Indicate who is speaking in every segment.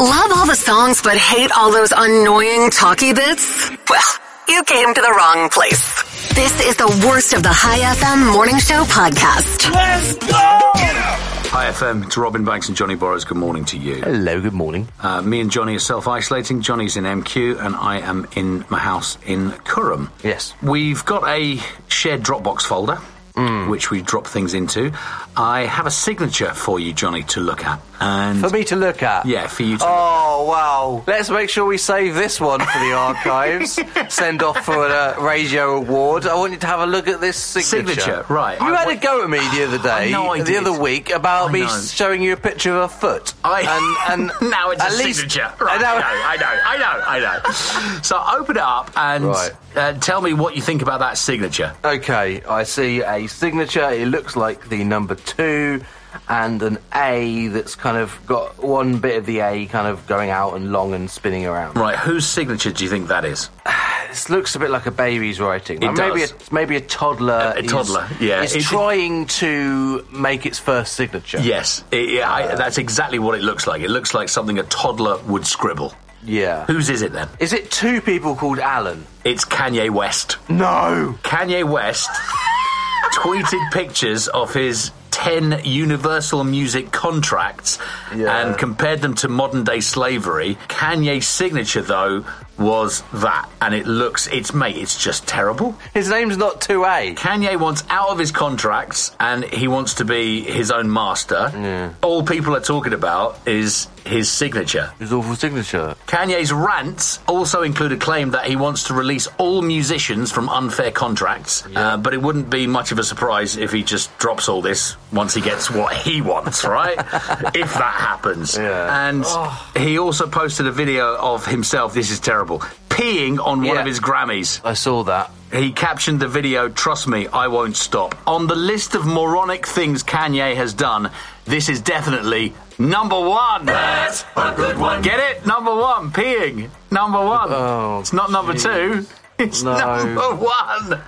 Speaker 1: Love all the songs but hate all those annoying talky bits? Well, you came to the wrong place. This is the worst of the High FM Morning Show podcast.
Speaker 2: Let's go!
Speaker 3: Hi FM, it's Robin Banks and Johnny Borrows. Good morning to you.
Speaker 4: Hello, good morning.
Speaker 3: Uh, me and Johnny are self-isolating. Johnny's in MQ and I am in my house in Curram.
Speaker 4: Yes.
Speaker 3: We've got a shared Dropbox folder,
Speaker 4: Mm.
Speaker 3: which we drop things into. I have a signature for you, Johnny, to look at. And
Speaker 4: For me to look at.
Speaker 3: yeah, for you to
Speaker 4: Oh, wow. Let's make sure we save this one for the archives. Send off for a radio award. I want you to have a look at this signature.
Speaker 3: Signature, right.
Speaker 4: You
Speaker 3: I
Speaker 4: had
Speaker 3: wa-
Speaker 4: a go at me the other day,
Speaker 3: know I
Speaker 4: the
Speaker 3: did.
Speaker 4: other week, about
Speaker 3: I
Speaker 4: me
Speaker 3: know.
Speaker 4: showing you a picture of a foot.
Speaker 3: I
Speaker 4: and, and
Speaker 3: now it's
Speaker 4: at
Speaker 3: a
Speaker 4: least,
Speaker 3: signature. Right,
Speaker 4: and now-
Speaker 3: I know, I know, I know, I know. so open it up and
Speaker 4: Right.
Speaker 3: uh, tell me what you think about that signature.
Speaker 4: Okay, I see a signature. It looks like the number two and an A that's kind of got one bit of the A kind of going out and long and spinning around.
Speaker 3: Right, whose signature do you think that is?
Speaker 4: This looks a bit like a baby's writing.
Speaker 3: It
Speaker 4: Like maybe
Speaker 3: does.
Speaker 4: A, maybe a toddler.
Speaker 3: A- a
Speaker 4: is-
Speaker 3: toddler, yeah.
Speaker 4: Is
Speaker 3: It-
Speaker 4: trying to make its first signature.
Speaker 3: Yes, it, yeah, I, that's exactly what it looks like. It looks like something a toddler would scribble.
Speaker 4: Yeah.
Speaker 3: Whose is it then?
Speaker 4: Is it two people called Alan?
Speaker 3: It's Kanye West.
Speaker 4: No.
Speaker 3: Kanye West tweeted pictures of his 10 Universal Music contracts
Speaker 4: Yeah.
Speaker 3: and compared them to modern day slavery. Kanye's signature, though, was that. And it looks, it's, mate, it's just terrible.
Speaker 4: His name's not two A.
Speaker 3: Kanye wants out of his contracts and he wants to be his own master. All people are talking about is his signature.
Speaker 4: His awful signature.
Speaker 3: Kanye's rants also include a claim that he wants to release all musicians from unfair contracts, uh, but it wouldn't be much of a surprise if he just drops all this once he gets what he wants, right? if that happens.
Speaker 4: Yeah. Oh.
Speaker 3: And he also posted a video of himself, this is terrible, peeing on one
Speaker 4: Yeah.
Speaker 3: of his Grammys.
Speaker 4: I saw that.
Speaker 3: He captioned the video, Trust me, I won't stop. On the list of moronic things Kanye has done, this is definitely number one. That's a good one. Get it? Number one, peeing. Number one.
Speaker 4: Oh,
Speaker 3: it's not number two,
Speaker 4: jeez.
Speaker 3: it's
Speaker 4: No.
Speaker 3: number one.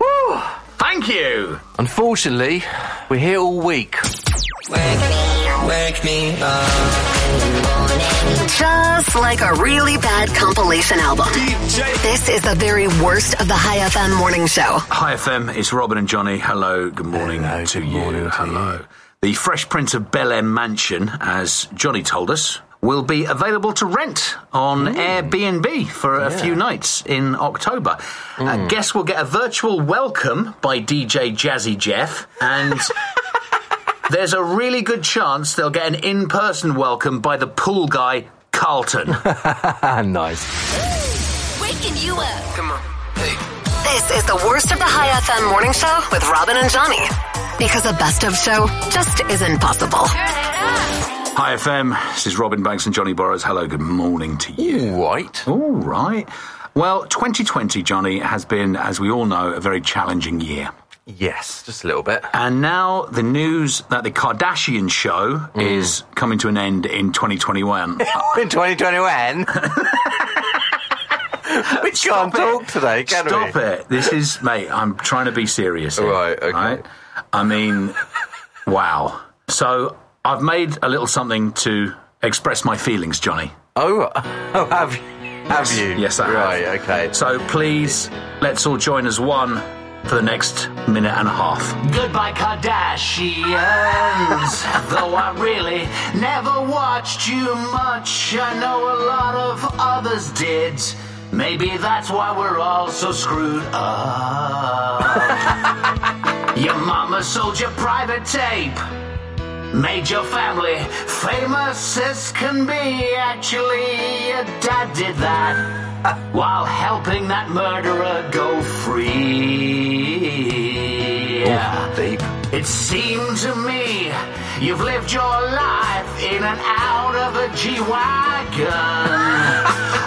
Speaker 3: Woo! Thank you.
Speaker 4: Unfortunately, we're here all week.
Speaker 5: Wake me up.
Speaker 1: Just like a really bad compilation album. This is the very worst of the High FM Morning Show.
Speaker 3: Hi, FM. It's Robin and Johnny. Hello. Good morning
Speaker 4: Hello,
Speaker 3: to
Speaker 4: good
Speaker 3: you.
Speaker 4: morning to
Speaker 3: Hello. The Fresh Prince of Bel Air mansion, as Johnny told us, will be available to rent on
Speaker 4: Hmm.
Speaker 3: Airbnb for a few nights in October.
Speaker 4: Hmm.
Speaker 3: Uh, guests will get a virtual welcome by DJ Jazzy Jeff and. There's a really good chance they'll get an in person welcome by the pool guy, Carlton.
Speaker 4: Ah, nice.
Speaker 1: Waking you up. Come on. This is the worst of the High FM Morning Show with Robin and Johnny. Because a best of show just isn't possible.
Speaker 3: Hi, FM. This is Robin Banks and Johnny Burrows. Hello, good morning to you.
Speaker 4: Right.
Speaker 3: All right. Well, 2020, Johnny, has been, as we all know, a very challenging year.
Speaker 4: Yes, just a little bit.
Speaker 3: And now the news that the Kardashian show
Speaker 4: Mm.
Speaker 3: is coming to an end in 2021.
Speaker 4: In 2021. we can't talk today, can
Speaker 3: Stop
Speaker 4: we?
Speaker 3: it. This is, mate, I'm trying to be serious. Here,
Speaker 4: Right, okay.
Speaker 3: I mean, wow. So I've made a little something to express my feelings, Johnny.
Speaker 4: Oh, oh, have you? Have you?
Speaker 3: Yes, I have.
Speaker 4: right, okay.
Speaker 3: So please, let's all join as one for the next minute and a half. Goodbye, Kardashians. Though I really never watched you much, I know a lot of others did. Maybe that's why we're all so screwed up. your mama sold your private tape. Made your family famous as can be. Actually, your dad did that while helping that murderer go free.
Speaker 4: Deep.
Speaker 3: It seemed to me you've lived your life in and out of a G Wagon.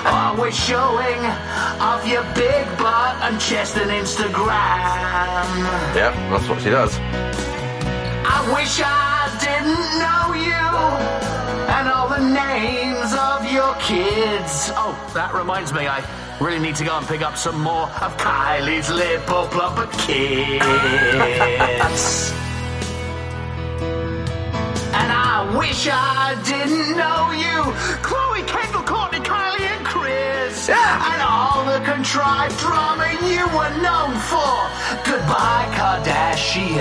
Speaker 3: Always showing off your big butt and chest on Instagram.
Speaker 4: Yep, that's what she does.
Speaker 3: I wish I didn't know you and all the names of your kids. Oh, that reminds me, I really need to go and pick up some more of Kylie's little plumper kids. and I wish I didn't know you. Chloe
Speaker 6: tried drumming you were known for. Goodbye, Kardashians.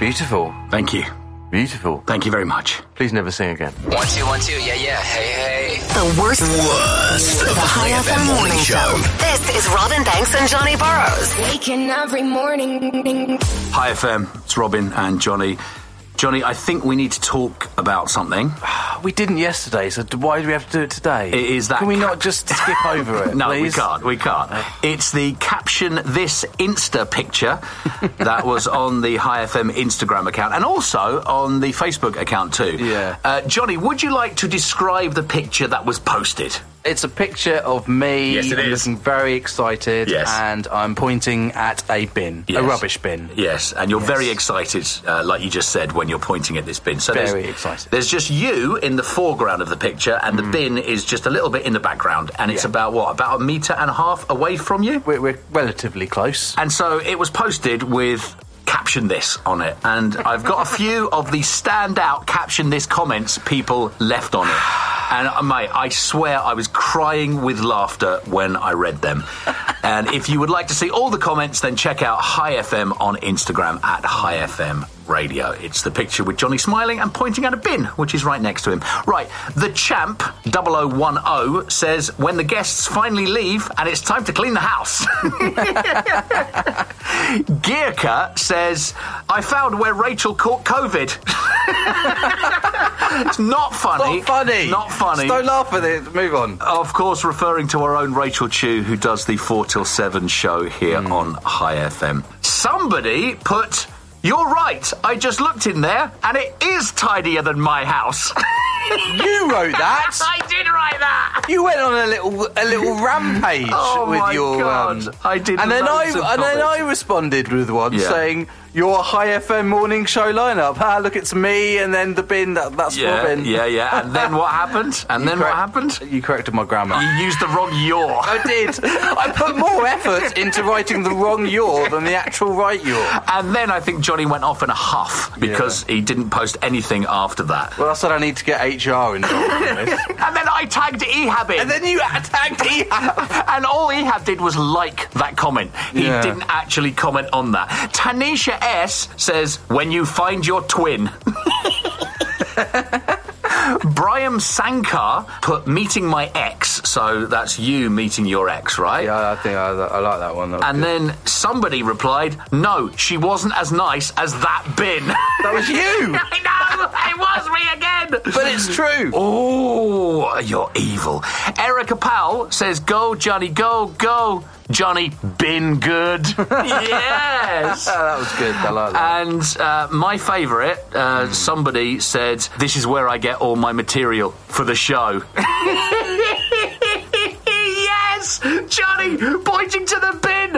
Speaker 4: Beautiful.
Speaker 3: Thank you.
Speaker 4: Beautiful.
Speaker 3: Thank you very much.
Speaker 4: Please never sing again.
Speaker 5: One two one two. Yeah yeah. Hey hey.
Speaker 1: The worst. Worst of the High FM morning show. This is Robin Banks and Johnny Burrows.
Speaker 7: Waking every morning.
Speaker 3: Hi FM, it's Robin and Johnny. Johnny, I think we need to talk about something.
Speaker 4: We didn't yesterday, so d- why do we have to do it today?
Speaker 3: It is that
Speaker 4: Can we
Speaker 3: ca-
Speaker 4: not just skip over it?
Speaker 3: No, we
Speaker 4: please? Uh.
Speaker 3: can't. We can't. It's the caption this Insta picture that was on the High FM Instagram account and also on the Facebook account too.
Speaker 4: Yeah.
Speaker 3: Uh, Johnny, would you like to describe the picture that was posted?
Speaker 4: It's a picture of me
Speaker 3: Yes, it
Speaker 4: I'm
Speaker 3: is.
Speaker 4: looking very excited,
Speaker 3: Yes.
Speaker 4: and I'm pointing at a bin,
Speaker 3: Yes.
Speaker 4: a rubbish bin.
Speaker 3: Yes, and you're very excited, uh, like you just said, when you're pointing at this bin. So
Speaker 4: Very
Speaker 3: there's,
Speaker 4: excited. Mm.
Speaker 3: There's just you in the foreground of the picture, and the bin is just a little bit in the background, and it's
Speaker 4: Yeah.
Speaker 3: about what about a meter and a half away from you.
Speaker 4: We're, we're relatively close.
Speaker 3: And so it was posted with caption this on it. And I've got a few of the standout caption this comments people left on it. And uh, mate, I swear I was crying with laughter when I read them. and if you would like to see all the comments, then check out High FM on Instagram at High FM Radio. It's the picture with Johnny smiling and pointing at a bin, which is right next to him. Right, the champ 0010 oh, says, When the guests finally leave and it's time to clean the house. Geerka says, I found where Rachel caught COVID. it's not funny.
Speaker 4: Not funny.
Speaker 3: Not funny.
Speaker 4: Just don't laugh at it. Move on.
Speaker 3: Of course, referring to our own Rachel Chu, who does the 4 till 7 show here
Speaker 4: Hmm.
Speaker 3: on High FM. Somebody put, You're right, I just looked in there and it is tidier than my house.
Speaker 4: You wrote that.
Speaker 3: I did write that.
Speaker 4: You went on a little a little rampage
Speaker 3: Oh
Speaker 4: with
Speaker 3: my
Speaker 4: your. um,
Speaker 3: God, I did
Speaker 4: And then I
Speaker 3: loads
Speaker 4: and
Speaker 3: of
Speaker 4: then
Speaker 3: comments.
Speaker 4: I responded with one
Speaker 3: Yeah.
Speaker 4: saying your high FM morning show lineup. Ah, look, it's me, and then the bin. That, that's
Speaker 3: Yeah,
Speaker 4: Robin.
Speaker 3: yeah, yeah. And then what happened? And then what
Speaker 4: Correct-
Speaker 3: happened?
Speaker 4: You corrected my grammar.
Speaker 3: You used the wrong your.
Speaker 4: I did. I put more effort into writing the wrong yaw than the actual right yaw.
Speaker 3: And then I think Johnny went off in a huff because he didn't post anything after that.
Speaker 4: Well, I said I need to get HR involved in this.
Speaker 3: And then I tagged Ehab in.
Speaker 4: And then you attacked Ehab.
Speaker 3: and all Ehab did was like that comment. He
Speaker 4: Yeah.
Speaker 3: didn't actually comment on that. Tanisha S says, when you find your twin. Brian Sankar put meeting my ex, so that's you meeting your ex, right?
Speaker 4: Yeah, I think I, I like that one. That was,
Speaker 3: And then somebody replied, no, she wasn't as nice as that bin.
Speaker 4: that was you.
Speaker 3: I know, it was me again.
Speaker 4: But it's true.
Speaker 3: Oh, you're evil. Erica Powell says, Go, Johnny, go, go. Johnny, been good. yes.
Speaker 4: that was good. I like that.
Speaker 3: And uh, my favourite, uh, somebody said, This is where I get all my material for the show. yes! Johnny pointing to the bin.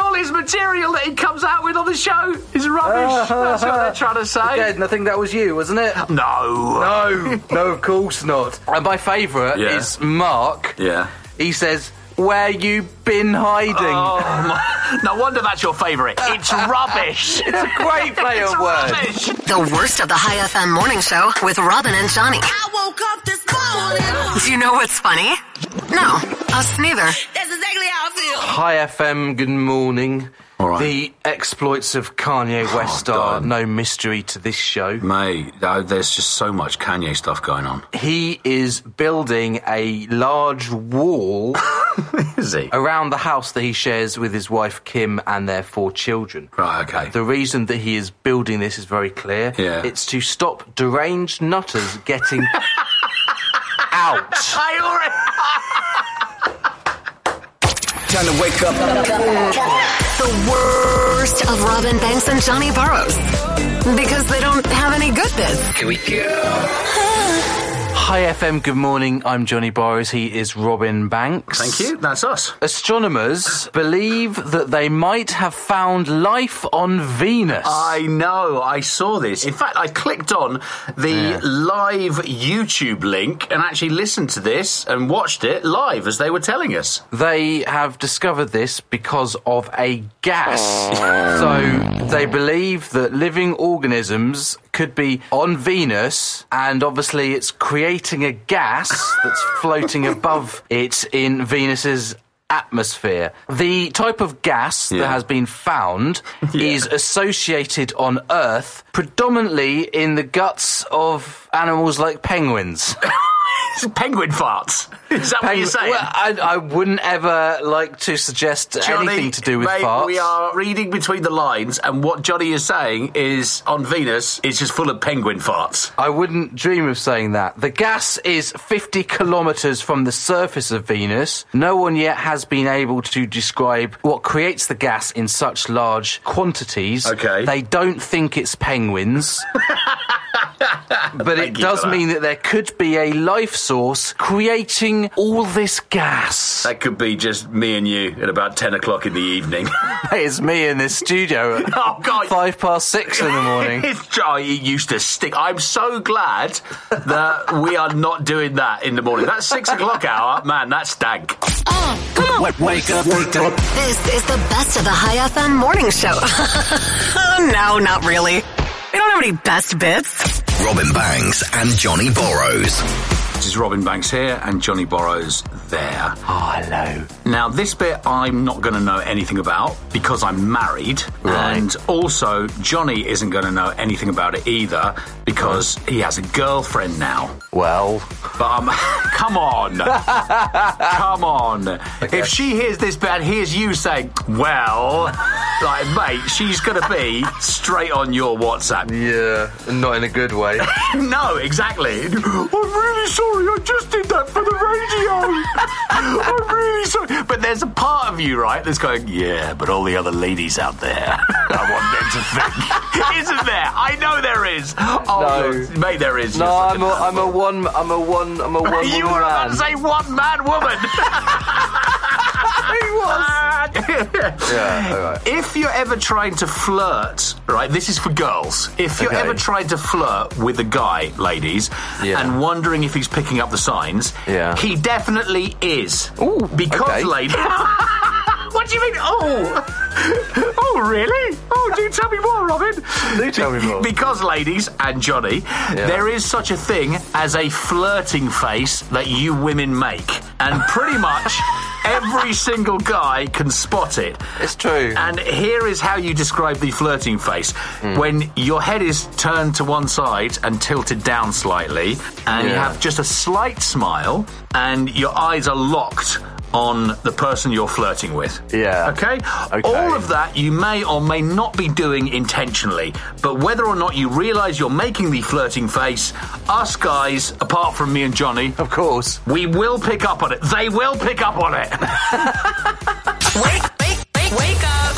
Speaker 3: All his material that he comes out with on the show is rubbish. That's what they're trying to say.
Speaker 4: Again, I think that was you, wasn't it?
Speaker 3: No.
Speaker 4: No, no, of course not. And my favourite
Speaker 3: Yeah.
Speaker 4: is Mark.
Speaker 3: Yeah.
Speaker 4: He says, "Where you been hiding?"
Speaker 3: Oh, my. No wonder that's your favourite. It's rubbish.
Speaker 4: It's a great play
Speaker 3: It's
Speaker 4: on words.
Speaker 3: rubbish.
Speaker 1: The worst of the High FM morning show with Robin and Johnny.
Speaker 8: I woke up this morning.
Speaker 1: Do you know what's funny? No, us neither.
Speaker 8: That's exactly how I feel.
Speaker 4: Hi FM, good morning.
Speaker 3: All right. Oh,
Speaker 4: The exploits of Kanye West are
Speaker 3: God.
Speaker 4: no mystery to this show.
Speaker 3: Mate, uh, there's just so much Kanye stuff going on.
Speaker 4: He is building a large wall
Speaker 3: Is he?
Speaker 4: around the house that he shares with his wife Kim and their four children.
Speaker 3: Right, okay.
Speaker 4: The reason that he is building this is very clear.
Speaker 3: Yeah.
Speaker 4: It's to stop deranged nutters getting out.
Speaker 3: I already.
Speaker 1: The worst of Robin Banks and Johnny Burrows. Because they don't have any good bits.
Speaker 5: Here we go.
Speaker 4: Hi FM, good morning. I'm Johnny Burrows. He is Robin Banks.
Speaker 3: Thank you. That's us.
Speaker 4: Astronomers believe that they might have found life on Venus.
Speaker 3: I know. I saw this. In fact, I clicked on the live YouTube link and actually listened to this and watched it live as they were telling us.
Speaker 4: They have discovered this because of a gas. so they believe that living organisms could be on Venus, and obviously it's creating a gas that's floating above it in Venus's atmosphere. The type of gas that
Speaker 3: Yeah.
Speaker 4: has been found is associated on Earth predominantly in the guts of animals like penguins.
Speaker 3: Penguin farts. Is that what you're
Speaker 4: Penguin-
Speaker 3: saying?
Speaker 4: Well, I, I wouldn't ever like to suggest
Speaker 3: Johnny,
Speaker 4: anything to do with
Speaker 3: mate,
Speaker 4: farts.
Speaker 3: We are reading between the lines, and what Johnny is saying is on Venus, it's just full of penguin farts.
Speaker 4: I wouldn't dream of saying that. The gas is 50 kilometers from the surface of Venus. No one yet has been able to describe what creates the gas in such large quantities.
Speaker 3: Okay.
Speaker 4: They don't think it's penguins. But it
Speaker 3: Thank you
Speaker 4: does
Speaker 3: for that.
Speaker 4: mean that there could be a life source creating all this gas.
Speaker 3: That could be just me and you at about 10 o'clock in the evening.
Speaker 4: it's me in this studio at
Speaker 3: Oh, God.
Speaker 4: five past six in the morning.
Speaker 3: It's dry. Oh, It used to stick. I'm so glad that we are not doing that in the morning. That six o'clock hour, man, that stank.
Speaker 8: Uh,
Speaker 1: This is the best of the High FM morning show. no, not really. We don't have any best bits.
Speaker 2: Robin Banks and Johnny Borrows.
Speaker 3: This is Robin Banks here and Johnny Borrows there.
Speaker 4: Oh, hello.
Speaker 3: Now, this bit I'm not going to know anything about because I'm married.
Speaker 4: Right.
Speaker 3: And also, Johnny isn't going to know anything about it either because he has a girlfriend now.
Speaker 4: Well,
Speaker 3: But um, come on, come on. If she hears this bit and hears you saying, "Well," like mate, she's gonna be straight on your WhatsApp.
Speaker 4: yeah, not in a good way.
Speaker 3: No, exactly. I'm really sorry. I just did that for the radio. I'm really sorry. But there's a part of you, right, that's going, "Yeah," but all the other ladies out there, I want them to think, isn't there? I know there is.
Speaker 4: No.
Speaker 3: Oh, mate, there is.
Speaker 4: No,
Speaker 3: You're such
Speaker 4: I'm a, I'm a one, I'm a one, I'm a one.
Speaker 3: you
Speaker 4: woman
Speaker 3: were about to
Speaker 4: man.
Speaker 3: say one man woman. he was.
Speaker 4: Yeah, all right.
Speaker 3: If you're ever trying to flirt, right, this is for girls. If you're
Speaker 4: Okay.
Speaker 3: ever trying to flirt with a guy, ladies,
Speaker 4: Yeah.
Speaker 3: and wondering if he's picking up the signs,
Speaker 4: Yeah.
Speaker 3: he definitely is.
Speaker 4: Ooh,
Speaker 3: because,
Speaker 4: okay.
Speaker 3: ladies. what do you mean? Oh, oh, really? Oh, do tell me more, Robin.
Speaker 4: Do tell me more.
Speaker 3: Because, ladies and Johnny, there is such a thing as a flirting face that you women make, and pretty much every single guy can spot it.
Speaker 4: It's true.
Speaker 3: And here is how you describe the flirting face
Speaker 4: Hmm.
Speaker 3: when your head is turned to one side and tilted down slightly, and you
Speaker 4: Yeah.
Speaker 3: have just a slight smile, and your eyes are locked on the person you're flirting with.
Speaker 4: Yeah.
Speaker 3: Okay?
Speaker 4: Okay.
Speaker 3: All of that you may or may not be doing intentionally, but whether or not you realize you're making the flirting face, us guys, apart from me and Johnny,
Speaker 4: Of course.
Speaker 3: we will pick up on it. They will pick up on it.
Speaker 8: Wake, wake, wake, wake up.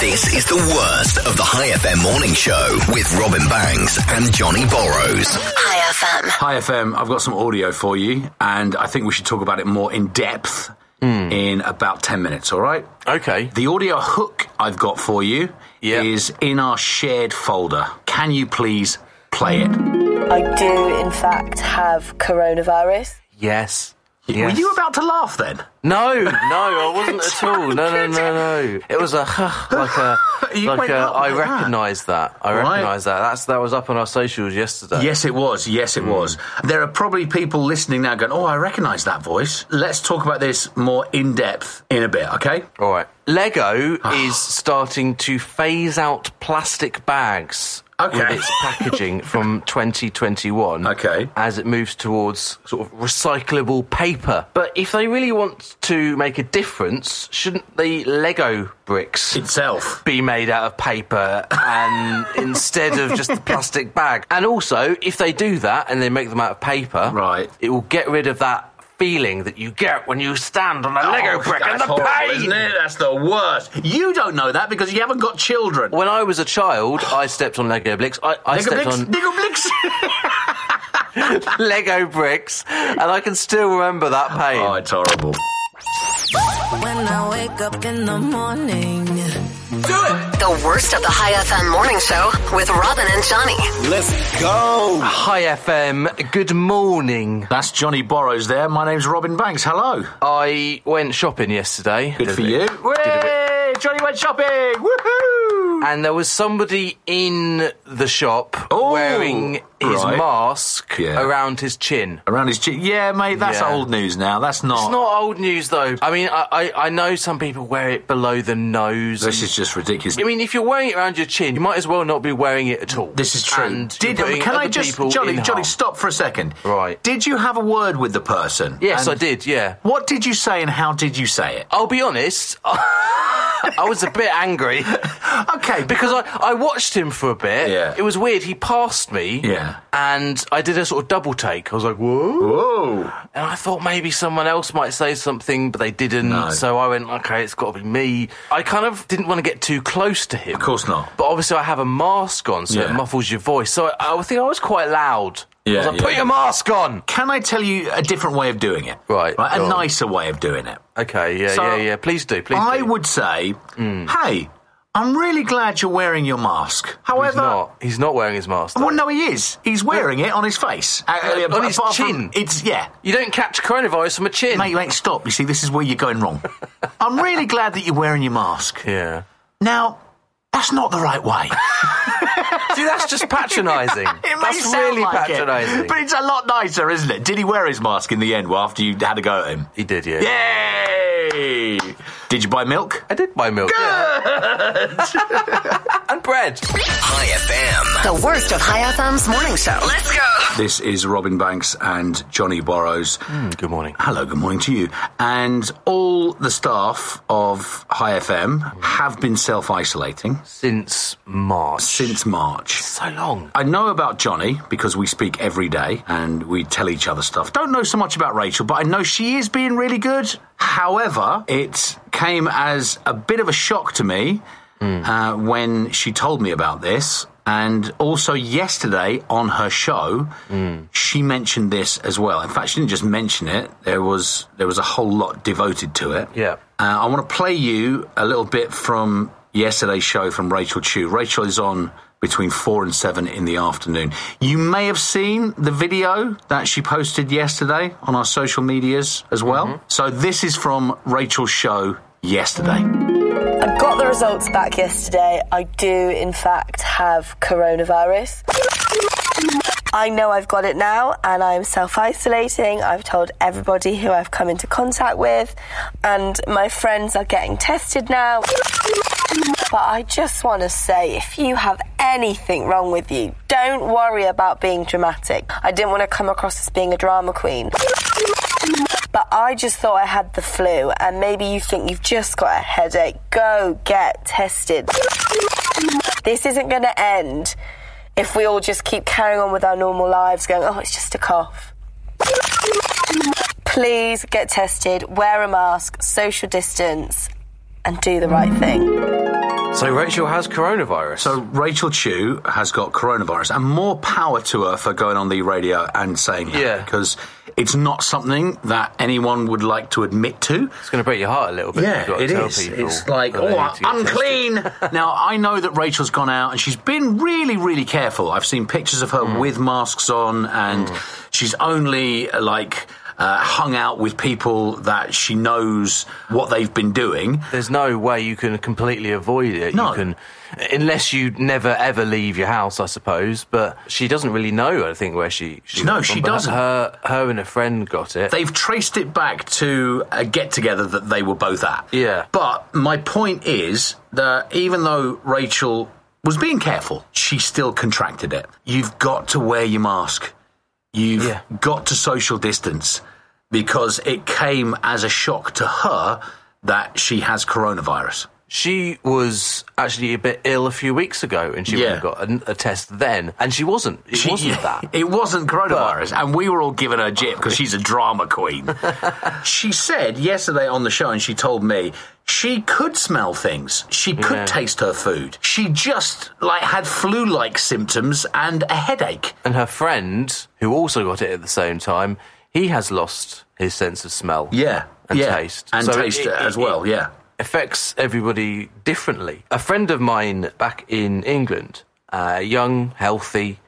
Speaker 2: This is the worst of the High FM morning show with Robin Banks and Johnny Borrows.
Speaker 1: High FM.
Speaker 3: Hi FM, I've got some audio for you, and I think we should talk about it more in depth in about 10 minutes, all right?
Speaker 4: Okay.
Speaker 3: The audio hook I've got for you
Speaker 4: Yeah.
Speaker 3: is in our shared folder. Can you please play it?
Speaker 9: I do, in fact, have coronavirus.
Speaker 4: Yes.
Speaker 3: Were you about to laugh then?
Speaker 4: No, no, I wasn't at all. No, no, no, no. It was a like a
Speaker 3: You
Speaker 4: like
Speaker 3: went
Speaker 4: a.
Speaker 3: up
Speaker 4: I
Speaker 3: like that.
Speaker 4: recognise that. I
Speaker 3: Right.
Speaker 4: recognise that. That's that was up on our socials yesterday.
Speaker 3: Yes, it was. Yes, it was. There are probably people listening now going, Oh, I recognize that voice. Let's talk about this more in depth in a bit, okay?
Speaker 4: All right. Lego is starting to phase out plastic bags
Speaker 3: Okay.
Speaker 4: with its packaging from 2021.
Speaker 3: Okay.
Speaker 4: As it moves towards sort of recyclable paper. But if they really want to make a difference, shouldn't the Lego bricks
Speaker 3: Itself.
Speaker 4: be made out of paper and instead of just the plastic bag? And also, if they do that and they make them out of paper,
Speaker 3: Right.
Speaker 4: it will get rid of that feeling that you get when you stand on a Lego
Speaker 3: Oh,
Speaker 4: brick and
Speaker 3: that's
Speaker 4: the
Speaker 3: horrible,
Speaker 4: pain.
Speaker 3: isn't it? That's the worst. You don't know that because you haven't got children.
Speaker 4: When I was a child, I stepped on Lego bricks. I, I
Speaker 3: Nigger
Speaker 4: stepped
Speaker 3: Blix,
Speaker 4: on
Speaker 3: Nigger Blix.
Speaker 4: Lego bricks, and I can still remember that pain.
Speaker 3: Oh, it's horrible.
Speaker 8: When I wake up in the morning.
Speaker 1: The worst of the High FM morning show with Robin and Johnny.
Speaker 4: Hi FM. Good morning.
Speaker 3: That's Johnny Borrows there. My name's Robin Banks. Hello.
Speaker 4: I went shopping yesterday.
Speaker 3: Good for you.
Speaker 4: Did a bit-
Speaker 3: Way! Johnny went shopping. Woohoo!
Speaker 4: and there was somebody in the shop
Speaker 3: Oh,
Speaker 4: wearing his
Speaker 3: right.
Speaker 4: mask
Speaker 3: Yeah.
Speaker 4: around his chin.
Speaker 3: Around his cheek. Yeah, mate, that's
Speaker 4: Yeah.
Speaker 3: old news now. That's not.
Speaker 4: It's not old news though. I mean, I, I, I know some people wear it below the nose.
Speaker 3: This
Speaker 4: and-
Speaker 3: is just ridiculous.
Speaker 4: I mean, if you're wearing it around your chin, you might as well not be wearing it at all.
Speaker 3: This is true.
Speaker 4: And
Speaker 3: Did,
Speaker 4: you're putting
Speaker 3: can I
Speaker 4: other
Speaker 3: just,
Speaker 4: people
Speaker 3: Johnny,
Speaker 4: in
Speaker 3: Johnny,
Speaker 4: harm.
Speaker 3: stop for a second.
Speaker 4: Right.
Speaker 3: Did you have a word with the person?
Speaker 4: Yes,
Speaker 3: And
Speaker 4: I did. Yeah.
Speaker 3: What did you say and how did you say it?
Speaker 4: I'll be honest. I was a bit angry
Speaker 3: Okay,
Speaker 4: because I, I watched him for a bit.
Speaker 3: Yeah.
Speaker 4: It was weird. He passed me.
Speaker 3: Yeah.
Speaker 4: And I did a sort of double take. I was like, whoa.
Speaker 3: Whoa.
Speaker 4: And I thought maybe someone else might say something, but they didn't.
Speaker 3: No.
Speaker 4: So I went, okay, it's got to be me. I kind of didn't want to get too close to him.
Speaker 3: Of course not.
Speaker 4: But obviously, I have a mask on, so
Speaker 3: Yeah.
Speaker 4: it muffles your voice. So I, I think I was quite loud. I was
Speaker 3: Yeah,
Speaker 4: like, put
Speaker 3: yeah.
Speaker 4: your mask on.
Speaker 3: Can I tell you a different way of doing it?
Speaker 4: Right,
Speaker 3: a
Speaker 4: go on.
Speaker 3: nicer way of doing it.
Speaker 4: Okay, yeah,
Speaker 3: So,
Speaker 4: yeah, yeah. Please do, please
Speaker 3: I
Speaker 4: do. Mm.
Speaker 3: would say, hey, I'm really glad you're wearing your mask. However,
Speaker 4: He's not. He's not wearing his mask. though.
Speaker 3: Well, no, he is. He's wearing it on his face. Uh,
Speaker 4: On
Speaker 3: but
Speaker 4: his
Speaker 3: apart from-
Speaker 4: chin.
Speaker 3: it's yeah.
Speaker 4: You don't catch coronavirus from a chin.
Speaker 3: Mate, mate, stop. You see, this is where you're going wrong. I'm really glad that you're wearing your mask.
Speaker 4: Yeah.
Speaker 3: Now, that's not the right way.
Speaker 4: See, that's just patronising.
Speaker 3: It may
Speaker 4: that's
Speaker 3: sound
Speaker 4: really
Speaker 3: like it,
Speaker 4: patronising.
Speaker 3: but it's a lot nicer, isn't it? Did he wear his mask in the end? Well, after you had a go at him,
Speaker 4: he did, yeah.
Speaker 3: yay! Did you buy milk?
Speaker 4: I did buy milk. Yeah. and bread.
Speaker 2: High FM.
Speaker 1: The worst of High FM's morning show. Let's go.
Speaker 3: This is Robin Banks and Johnny Borrows.
Speaker 4: Good morning.
Speaker 3: Hello, good morning to you. And all the staff of High FM have been self isolating
Speaker 4: Since March.
Speaker 3: since March.
Speaker 4: so long.
Speaker 3: I know about Johnny because we speak every day and we tell each other stuff. Don't know so much about Rachel, but I know she is being really good. However, it came as a bit of a shock to me uh, when she told me about this. And also yesterday on her show, she mentioned this as well. In fact, she didn't just mention it. There was there was a whole lot devoted to it.
Speaker 4: Yeah.
Speaker 3: Uh, I want to play you a little bit from yesterday's show from Rachel Chu. Rachel is on between four and seven in the afternoon. You may have seen the video that she posted yesterday on our social medias as well. So this is from Rachel's show yesterday.
Speaker 9: I got the results back yesterday. I do, in fact, have coronavirus. I know I've got it now and I'm self isolating. I've told everybody who I've come into contact with, and my friends are getting tested now. But I just want to say if you have anything wrong with you, don't worry about being dramatic. I didn't want to come across as being a drama queen. But I just thought I had the flu, and maybe you think you've just got a headache. Go get tested. This isn't going to end if we all just keep carrying on with our normal lives, going, oh, it's just a cough. Please get tested, wear a mask, social distance, and do the right thing.
Speaker 4: So Rachel has coronavirus.
Speaker 3: So Rachel Chu has got coronavirus, and more power to her for going on the radio and saying that
Speaker 4: Yeah.
Speaker 3: because it's not something that anyone would like to admit to.
Speaker 4: it's going to break your heart a little bit. You've got
Speaker 3: Yeah,
Speaker 4: to
Speaker 3: it
Speaker 4: tell
Speaker 3: is.
Speaker 4: people
Speaker 3: It's like,
Speaker 4: that they
Speaker 3: oh,
Speaker 4: need to get tested."
Speaker 3: unclean. now, I know that Rachel's gone out and she's been really, really careful. I've seen pictures of her
Speaker 4: Hmm.
Speaker 3: with masks on, and she's only uh, like uh, hung out with people that she knows what they've been doing.
Speaker 4: There's no way you can completely avoid it.
Speaker 3: No.
Speaker 4: You can, unless you never ever leave your house, I suppose. But she doesn't really know, I think, where she. she
Speaker 3: No,
Speaker 4: got
Speaker 3: she
Speaker 4: from, but
Speaker 3: doesn't.
Speaker 4: Her, her and a friend got it.
Speaker 3: They've traced it back to a get together that they were both at.
Speaker 4: Yeah.
Speaker 3: But my point is that even though Rachel was being careful, she still contracted it. You've got to wear your mask. You've
Speaker 4: Yeah.
Speaker 3: got to social distance because it came as a shock to her that she has coronavirus.
Speaker 4: she was actually a bit ill a few weeks ago, and she
Speaker 3: Yeah.
Speaker 4: would have got a, a test then, and she wasn't. It
Speaker 3: She-
Speaker 4: wasn't that.
Speaker 3: It wasn't coronavirus. and we were all giving her jip because she's a drama queen. she said yesterday on the show, and she told me she could smell things. She could
Speaker 4: Yeah.
Speaker 3: taste her food. She just like had flu-like symptoms and a headache.
Speaker 4: And her friend, who also got it at the same time, he has lost his sense of smell.
Speaker 3: Yeah.
Speaker 4: And
Speaker 3: yeah.
Speaker 4: taste.
Speaker 3: And
Speaker 4: So it-
Speaker 3: taste
Speaker 4: it-
Speaker 3: as
Speaker 4: it-
Speaker 3: well, yeah.
Speaker 4: affects everybody differently. A friend of mine back in England, uh, young, healthy,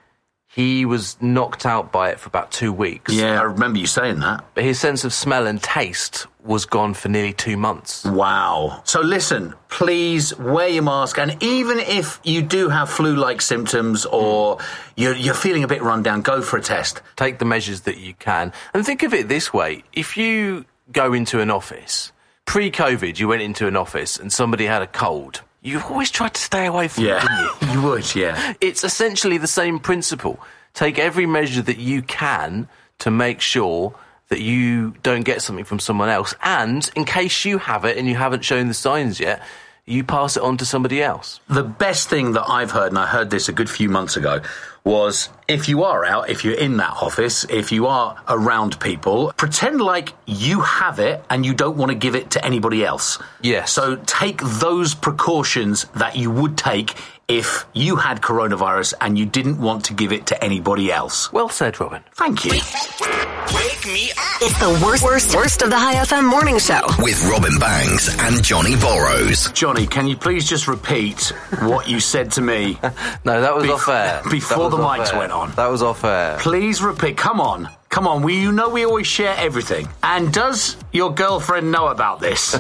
Speaker 4: He was knocked out by it for about two weeks.
Speaker 3: Yeah, I remember you saying that.
Speaker 4: But his sense of smell and taste was gone for nearly two months.
Speaker 3: Wow. So listen, please wear your mask. And even if you do have flu like symptoms or you're, you're feeling a bit run down, go for a test.
Speaker 4: Take the measures that you can. And think of it this way if you go into an office, pre COVID, you went into an office and somebody had a cold, you always tried to stay away from it, didn't you?
Speaker 3: you would, yeah.
Speaker 4: it's essentially the same principle. Take every measure that you can to make sure that you don't get something from someone else. And in case you have it and you haven't shown the signs yet, you pass it on to somebody else.
Speaker 3: The best thing that I've heard, and I heard this a good few months ago, was if you are out, if you're in that office, if you are around people, pretend like you have it and you don't want to give it to anybody else.
Speaker 4: Yes.
Speaker 3: So take those precautions that you would take if you had coronavirus and you didn't want to give it to anybody else.
Speaker 4: Well said, Robin.
Speaker 3: Thank you.
Speaker 5: Wake me up.
Speaker 1: It's the worst, worst, worst of the High FM morning show.
Speaker 2: With Robin Banks and Johnny Borrows.
Speaker 3: Johnny, can you please just repeat what you said to me?
Speaker 4: No, that was
Speaker 3: Bef-
Speaker 4: off air. That
Speaker 3: before
Speaker 4: was
Speaker 3: the
Speaker 4: off
Speaker 3: mics
Speaker 4: air.
Speaker 3: went on.
Speaker 4: That was off air.
Speaker 3: Please repeat. Come on. Come on. We, you know we always share everything. And does your girlfriend know about this?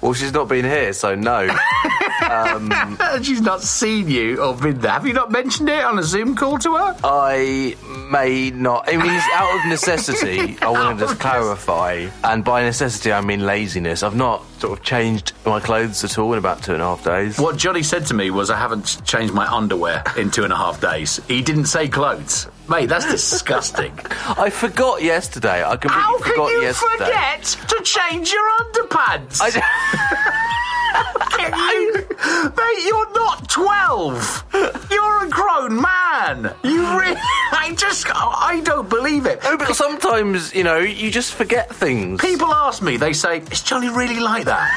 Speaker 4: Well, she's not been here, so no.
Speaker 3: She's not seen you or been there. Have you not mentioned it on a Zoom call to her?
Speaker 4: I may not. I mean, it's out of necessity, I want to just clarify. And by necessity, I mean laziness. I've not sort of changed my clothes at all in about two and a half days.
Speaker 3: What Johnny said to me was, I haven't changed my underwear in two and a half days. He didn't say clothes. Mate, that's disgusting.
Speaker 4: I forgot yesterday. I completely
Speaker 3: How can
Speaker 4: forgot
Speaker 3: you
Speaker 4: yesterday.
Speaker 3: forget to change your underpants?
Speaker 4: I d-
Speaker 3: Can you? Mate, you're not 12. You're a grown man. You really. I just. I don't believe it.
Speaker 4: no, but sometimes you know you just forget things.
Speaker 3: People ask me, they say, is Johnny really like that?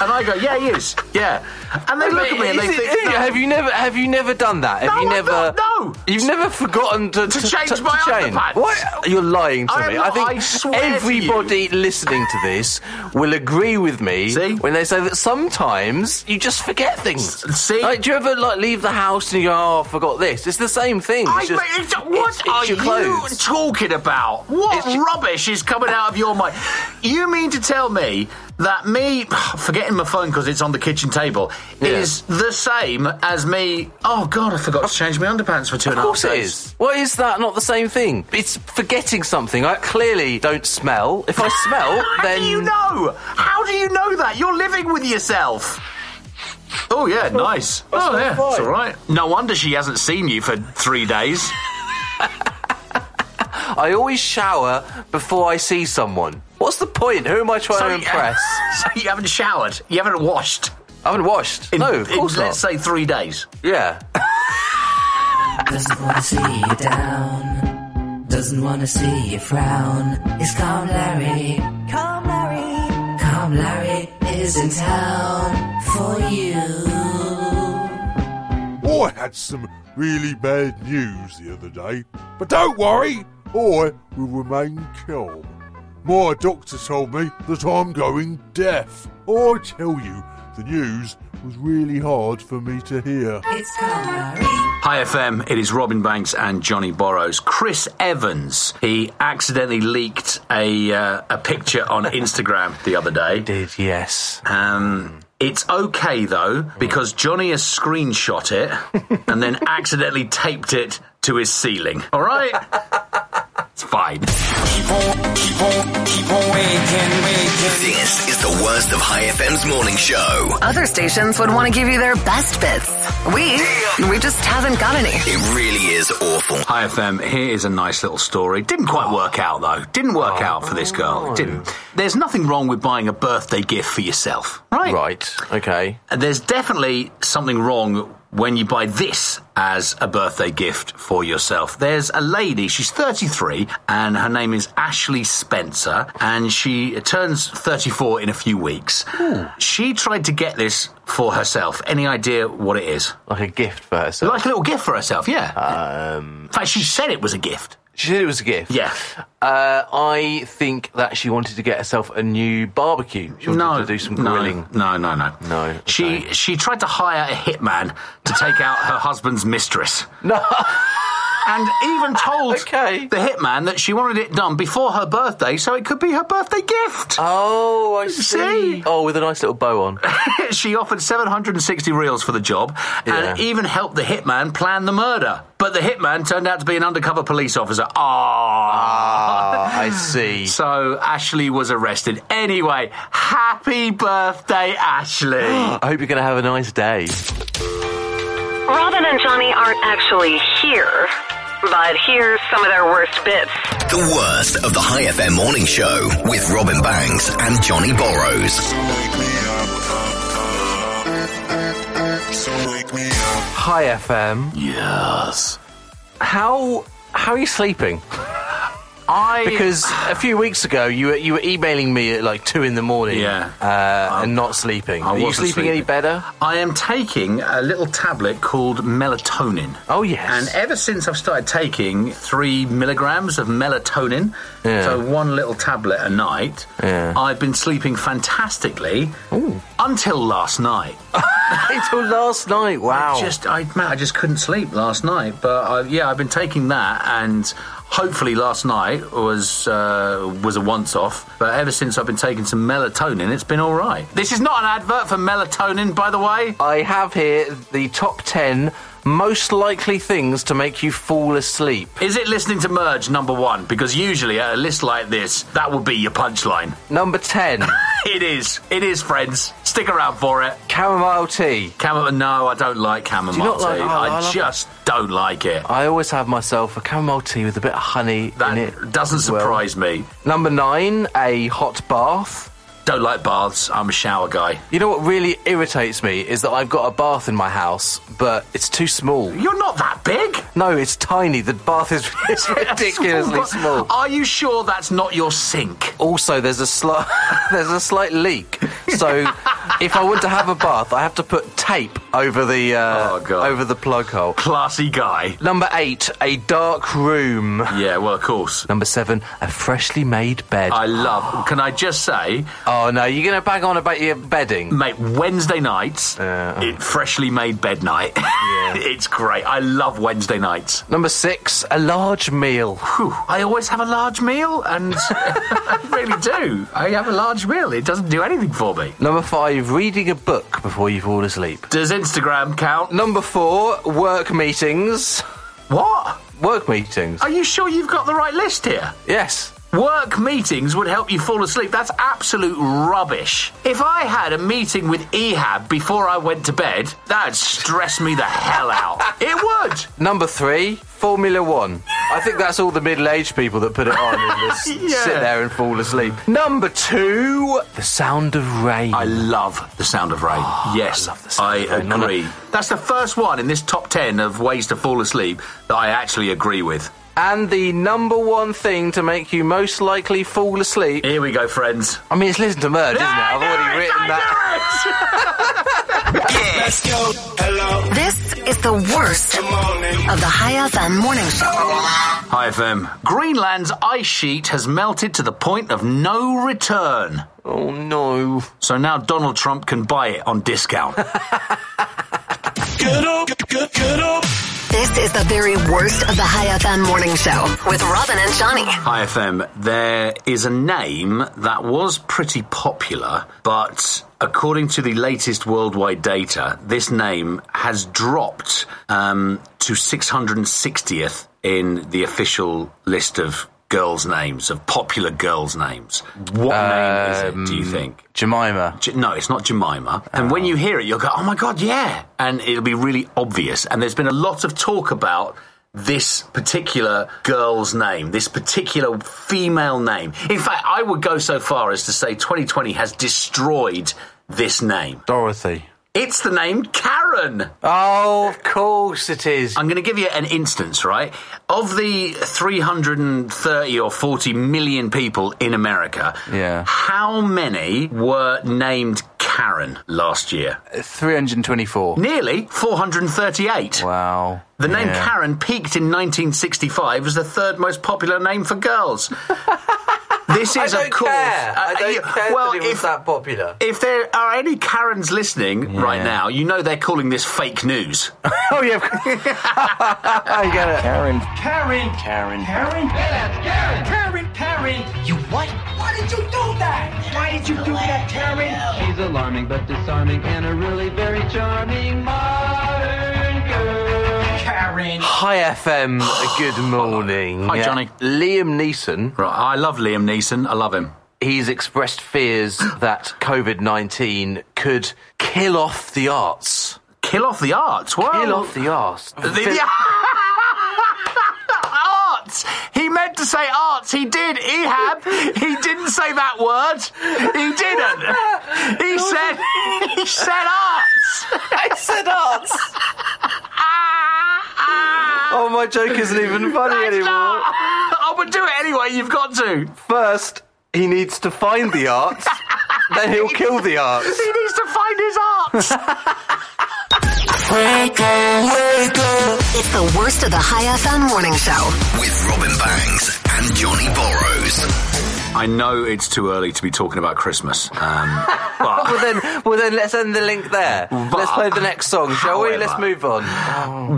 Speaker 3: And I go, yeah, he is. Yeah. And they look at me and
Speaker 4: Is
Speaker 3: they
Speaker 4: it-
Speaker 3: think, no,
Speaker 4: Have you never? Have you never done that? Have
Speaker 3: No,
Speaker 4: you
Speaker 3: I've
Speaker 4: never?
Speaker 3: not, no.
Speaker 4: You've never forgotten to,
Speaker 3: To change my
Speaker 4: change.
Speaker 3: underpants.
Speaker 4: What? You're lying to
Speaker 3: I am
Speaker 4: me.
Speaker 3: not,
Speaker 4: I think
Speaker 3: I swear to you.
Speaker 4: everybody listening to this will agree with me
Speaker 3: See?
Speaker 4: when they say that sometimes you just forget things.
Speaker 3: see?
Speaker 4: Like, do you ever like leave the house and you go, "Oh, I forgot this"? It's the same thing. It's
Speaker 3: I,
Speaker 4: just-
Speaker 3: mate, it's- what
Speaker 4: it's- it's
Speaker 3: are
Speaker 4: your
Speaker 3: you
Speaker 4: clothes.
Speaker 3: talking about? What
Speaker 4: It's your-
Speaker 3: rubbish is coming out of your mind? You mean to tell me that me forgetting my phone because it's on the kitchen table
Speaker 4: Yeah.
Speaker 3: is the same as me? Oh God, I forgot to change my underpants for two and a half
Speaker 4: Of course
Speaker 3: days.
Speaker 4: it is. Why is that not the same thing? It's forgetting something. I clearly don't smell. If I smell,
Speaker 3: How
Speaker 4: then
Speaker 3: do you know? How do you know that? You're living with yourself. Oh yeah, nice. Oh yeah, it's all right. No wonder she hasn't seen you for three days.
Speaker 4: I always shower before I see someone. What's the point? Who am I trying to
Speaker 3: you-
Speaker 4: impress?
Speaker 3: so you haven't showered. You haven't washed.
Speaker 4: I haven't washed.
Speaker 3: in-
Speaker 4: no, of
Speaker 3: in,
Speaker 4: course not.
Speaker 3: Let's say three days.
Speaker 4: yeah.
Speaker 10: Doesn't wanna see you down. Doesn't wanna see you frown. It's Calm Larry.
Speaker 8: Come, Larry.
Speaker 10: Calm Larry is in town for you.
Speaker 11: I had some really bad news the other day. But don't worry, I will remain calm. My doctor told me that I'm going deaf. I tell you, the news was really hard for me to hear.
Speaker 10: It's Calm Larry.
Speaker 3: Hi FM, it is Robin Banks and Johnny Borrows. Chris Evans, he accidentally leaked a uh, a picture on Instagram the other day.
Speaker 4: Did yes.
Speaker 3: Um, it's okay though because Johnny has screenshot it and then accidentally taped it to his ceiling. All right, it's fine.
Speaker 5: Keep on, keep on, keep on waking, waking.
Speaker 2: This is the worst of High FM's morning show.
Speaker 1: Other stations would want to give you their best bits. We, we just haven't got any.
Speaker 2: It really is awful.
Speaker 3: Hi FM, here is a nice little story. Didn't quite work out though. Didn't work out for this girl. It Didn't. There's nothing wrong with buying a birthday gift for yourself, right?
Speaker 4: Right. Okay.
Speaker 3: And There's definitely something wrong when you buy this as a birthday gift for yourself. There's a lady, she's 33, and her name is Ashley Spencer, and she turns 34 in a few weeks. She tried to get this for herself. Any idea what it is?
Speaker 4: Like a gift for herself.
Speaker 3: Like a little gift for herself, yeah.
Speaker 4: uh,
Speaker 3: Um, in fact, she said it was a gift.
Speaker 4: she said it was a gift.
Speaker 3: Yeah.
Speaker 4: Uh, I think that she wanted to get herself a new barbecue. She wanted to do some grilling.
Speaker 3: No, no, no.
Speaker 4: No, okay.
Speaker 3: She she tried to hire a hitman to take out her husband's mistress.
Speaker 4: No.
Speaker 3: and even told the hitman that she wanted it done before her birthday, so it could be her birthday gift.
Speaker 4: Oh, I see.
Speaker 3: See?
Speaker 4: Oh, with a nice little bow on.
Speaker 3: she offered 760 reals for the job and
Speaker 4: Yeah.
Speaker 3: even helped the hitman plan the murder. But the hitman turned out to be an undercover police officer. Ah,
Speaker 4: I see.
Speaker 3: So Ashley was arrested. Anyway, happy birthday, Ashley.
Speaker 4: I hope you're going to have a nice day.
Speaker 1: Robin and Johnny aren't actually here, but here's some of their worst bits.
Speaker 2: The worst of the High FM morning show with Robin Banks and Johnny Borrows.
Speaker 4: Hi FM.
Speaker 3: Yes.
Speaker 4: How how are you sleeping?
Speaker 3: I
Speaker 4: Because a few weeks ago you were you were emailing me at like two in the morning,
Speaker 3: Yeah.
Speaker 4: uh, and not sleeping.
Speaker 3: I
Speaker 4: are you
Speaker 3: wasn't
Speaker 4: sleeping, any
Speaker 3: sleeping.
Speaker 4: better?
Speaker 3: I am taking a little tablet called melatonin.
Speaker 4: Oh yes.
Speaker 3: And ever since I've started taking three milligrams of melatonin,
Speaker 4: Yeah.
Speaker 3: so one little tablet a night,
Speaker 4: Yeah.
Speaker 3: I've been sleeping fantastically until last night.
Speaker 4: Until last night. Wow.
Speaker 3: Just I, man, I just couldn't sleep last night. But I, yeah, I've been taking that, and hopefully last night was uh, was a once off. But ever since I've been taking some melatonin, it's been all right. This is not an advert for melatonin, by the way.
Speaker 4: I have here the top ten most likely things to make you fall asleep.
Speaker 3: Is it listening to Merge number one? Because usually at a list like this, that would be your punchline.
Speaker 4: Number ten,
Speaker 3: It is. It is, friends. Stick around for it.
Speaker 4: chamomile tea.
Speaker 3: Camomile. No, I don't like chamomile
Speaker 4: Do you not like-
Speaker 3: tea.
Speaker 4: oh, I
Speaker 3: I,
Speaker 4: love
Speaker 3: just don't like it.
Speaker 4: I always have myself a chamomile tea with a bit of honey
Speaker 3: That
Speaker 4: in it.
Speaker 3: doesn't
Speaker 4: as well.
Speaker 3: surprise me.
Speaker 4: Number nine, a hot bath.
Speaker 3: Don't like baths. I'm a shower guy.
Speaker 4: You know what really irritates me is that I've got a bath in my house, but it's too small.
Speaker 3: You're not that big.
Speaker 4: No, it's tiny. The bath is it's ridiculously small.
Speaker 3: Are you sure that's not your sink?
Speaker 4: Also, there's a slight there's a slight leak. So, if I want to have a bath, I have to put tape over the uh,
Speaker 3: Oh, God.
Speaker 4: over the plug hole.
Speaker 3: Classy guy.
Speaker 4: Number eight, a dark room.
Speaker 3: Yeah, well, of course.
Speaker 4: Number seven, a freshly made bed.
Speaker 3: I love. Can I just say,
Speaker 4: oh no, you're gonna bang on about your bedding.
Speaker 3: mate? Wednesday nights, it freshly made bed night. it's great. I love Wednesday nights.
Speaker 4: Number six, a large meal.
Speaker 3: Phew, I always have a large meal, and I really do. I have a large meal. It doesn't do anything for me.
Speaker 4: Number five, reading a book before you fall asleep.
Speaker 3: Does Instagram count?
Speaker 4: Number four, work meetings.
Speaker 3: What?
Speaker 4: Work meetings.
Speaker 3: Are you sure you've got the right list here?
Speaker 4: Yes.
Speaker 3: Work meetings would help you fall asleep. That's absolute rubbish. If I had a meeting with Ehab before I went to bed, that'd stress me the hell out. It would.
Speaker 4: Number three, Formula One. I think that's all the middle-aged people that put it on and just
Speaker 3: Yeah.
Speaker 4: sit there and fall asleep. Number two, the sound of rain.
Speaker 3: I love the sound of rain. yes, I,
Speaker 4: love the sound of rain.
Speaker 3: agree. That's the first one in this top 10 of ways to fall asleep that I actually agree with.
Speaker 4: and the number one thing to make you most likely fall asleep.
Speaker 3: Here we go, friends.
Speaker 4: I mean, it's listen to Merge, isn't it?
Speaker 3: I
Speaker 4: I've
Speaker 3: knew it, I
Speaker 4: already written that.
Speaker 3: knew it!
Speaker 2: Let's go. Hello.
Speaker 1: This is the worst
Speaker 2: Good morning.
Speaker 1: of the High FM morning show.
Speaker 3: Hi, FM. Greenland's ice sheet has melted to the point of no return.
Speaker 4: Oh no.
Speaker 3: So now Donald Trump can buy it on discount.
Speaker 5: Good up, good, good up.
Speaker 1: This is the very worst of the High FM morning show with Robin and Johnny.
Speaker 3: Hi, FM. There is a name that was pretty popular, but according to the latest worldwide data, this name has dropped um, to 660th in the official list of girls' names, of popular girls' names. What name is it, do you think?
Speaker 4: Jemima.
Speaker 3: J- No, it's not Jemima. And when you hear it, you'll go, oh my God, yeah. And it'll be really obvious. And there's been a lot of talk about this particular girl's name, this particular female name. In fact, I would go so far as to say 2020 has destroyed this name.
Speaker 4: Dorothy.
Speaker 3: It's the name Karen.
Speaker 4: Oh, of course it is.
Speaker 3: I'm going to give you an instance, right? Of the 330 or 40 million people in America,
Speaker 4: Yeah.
Speaker 3: how many were named Karen last year?
Speaker 4: 324.
Speaker 3: Nearly 438.
Speaker 4: Wow.
Speaker 3: The name
Speaker 4: Yeah.
Speaker 3: Karen peaked in 1965 as the third most popular name for girls. this is,
Speaker 4: I
Speaker 3: of
Speaker 4: don't
Speaker 3: course,
Speaker 4: care. I
Speaker 3: uh,
Speaker 4: don't
Speaker 3: you-
Speaker 4: care
Speaker 3: well,
Speaker 4: that it was
Speaker 3: if
Speaker 4: that popular.
Speaker 3: if there are any Karens listening right
Speaker 4: Yeah.
Speaker 3: now, you know they're calling this fake news.
Speaker 4: oh, yeah. I get it. Karen.
Speaker 12: Karen.
Speaker 4: Karen.
Speaker 12: Karen? Karen. Karen. Karen. You what? Why did you do that? Why did you do that, Karen?
Speaker 13: She's alarming but disarming and a really very charming modern girl.
Speaker 12: Karen.
Speaker 4: Hi FM. Good morning.
Speaker 3: Hi, Johnny.
Speaker 4: Liam Neeson.
Speaker 3: Right, I love Liam Neeson. I love him.
Speaker 4: He's expressed fears that COVID nineteen could kill off the arts.
Speaker 3: Kill off the arts. What?
Speaker 4: Kill off the arts.
Speaker 3: The, the- arts. He meant to say arts. He did. Ehab. He didn't say that word. He didn't. He said. He said arts.
Speaker 9: I said arts.
Speaker 4: oh, my joke isn't even funny
Speaker 3: That's
Speaker 4: anymore.
Speaker 3: not- I would do it anyway. You've got to.
Speaker 4: First, he needs to find the arts. then he'll kill the arts.
Speaker 3: He needs to find his arts.
Speaker 1: It's the worst of the High FM morning show.
Speaker 2: With Robin Banks and Johnny Borrows.
Speaker 3: I know it's too early to be talking about Christmas, um,
Speaker 4: Well
Speaker 3: but
Speaker 4: then, well then, let's end the link there. let's play the next song, shall we?
Speaker 3: however-
Speaker 4: Let's move on.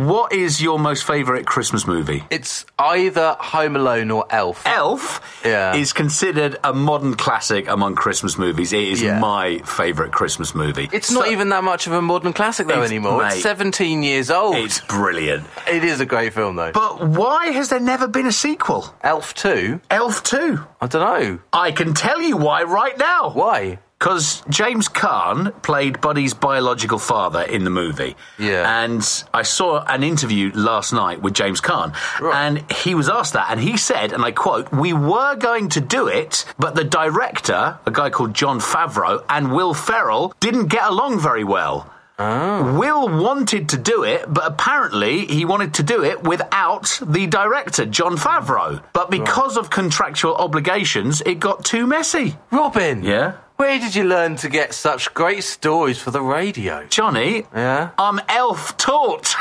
Speaker 3: what is your most favourite Christmas movie?
Speaker 4: It's either Home Alone or Elf.
Speaker 3: Elf
Speaker 4: Yeah.
Speaker 3: is considered a modern classic among Christmas movies. It is
Speaker 4: Yeah.
Speaker 3: my favourite Christmas movie.
Speaker 4: It's not
Speaker 3: So-
Speaker 4: even that much of a modern classic though
Speaker 3: It's-
Speaker 4: anymore.
Speaker 3: mate.
Speaker 4: it's 17 years old.
Speaker 3: It's brilliant.
Speaker 4: It is a great film though.
Speaker 3: But why has there never been a sequel?
Speaker 4: Elf 2?
Speaker 3: Elf 2.
Speaker 4: I don't know.
Speaker 3: I can tell you why right now.
Speaker 4: Why?
Speaker 3: Because James Caan played Buddy's biological father in the movie.
Speaker 4: Yeah.
Speaker 3: And I saw an interview last night with James Caan.
Speaker 4: Right.
Speaker 3: And he was asked that. And he said, and I quote, We were going to do it, but the director, a guy called John Favreau, and Will Ferrell didn't get along very well.
Speaker 4: Ah.
Speaker 3: Will wanted to do it, but apparently he wanted to do it without the director, John Favreau. But because of contractual obligations, it got too messy.
Speaker 4: Robin!
Speaker 3: Yeah?
Speaker 4: Where did you learn to get such great stories for the radio?
Speaker 3: Johnny,
Speaker 4: Yeah?
Speaker 3: I'm elf taught.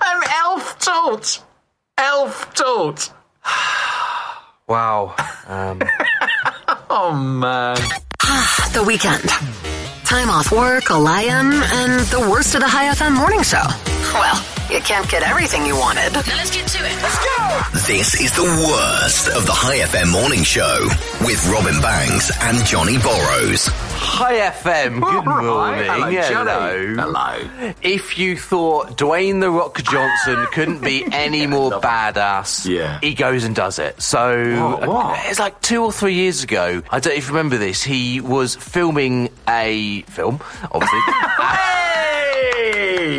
Speaker 3: I'm elf taught. Elf taught.
Speaker 4: Wow. Um,
Speaker 3: Oh, man.
Speaker 1: The weekend. Time off work, a lion, and the worst of the High FM morning show. Well, you can't get everything you wanted.
Speaker 8: Now let's get to it.
Speaker 2: This is the worst of the High FM morning show with Robin Banks and Johnny Borrows.
Speaker 4: hi FM, good
Speaker 3: All
Speaker 4: morning.
Speaker 3: right. Hello, Johnny.
Speaker 4: Hello.
Speaker 3: Hello.
Speaker 4: If you thought Dwayne the Rock Johnson couldn't be any more badass,
Speaker 3: Yeah.
Speaker 4: he goes and does it. So uh,
Speaker 3: What- what?
Speaker 4: it's like two or three years ago. I don't even remember this. He was filming a film, obviously.
Speaker 3: Hey!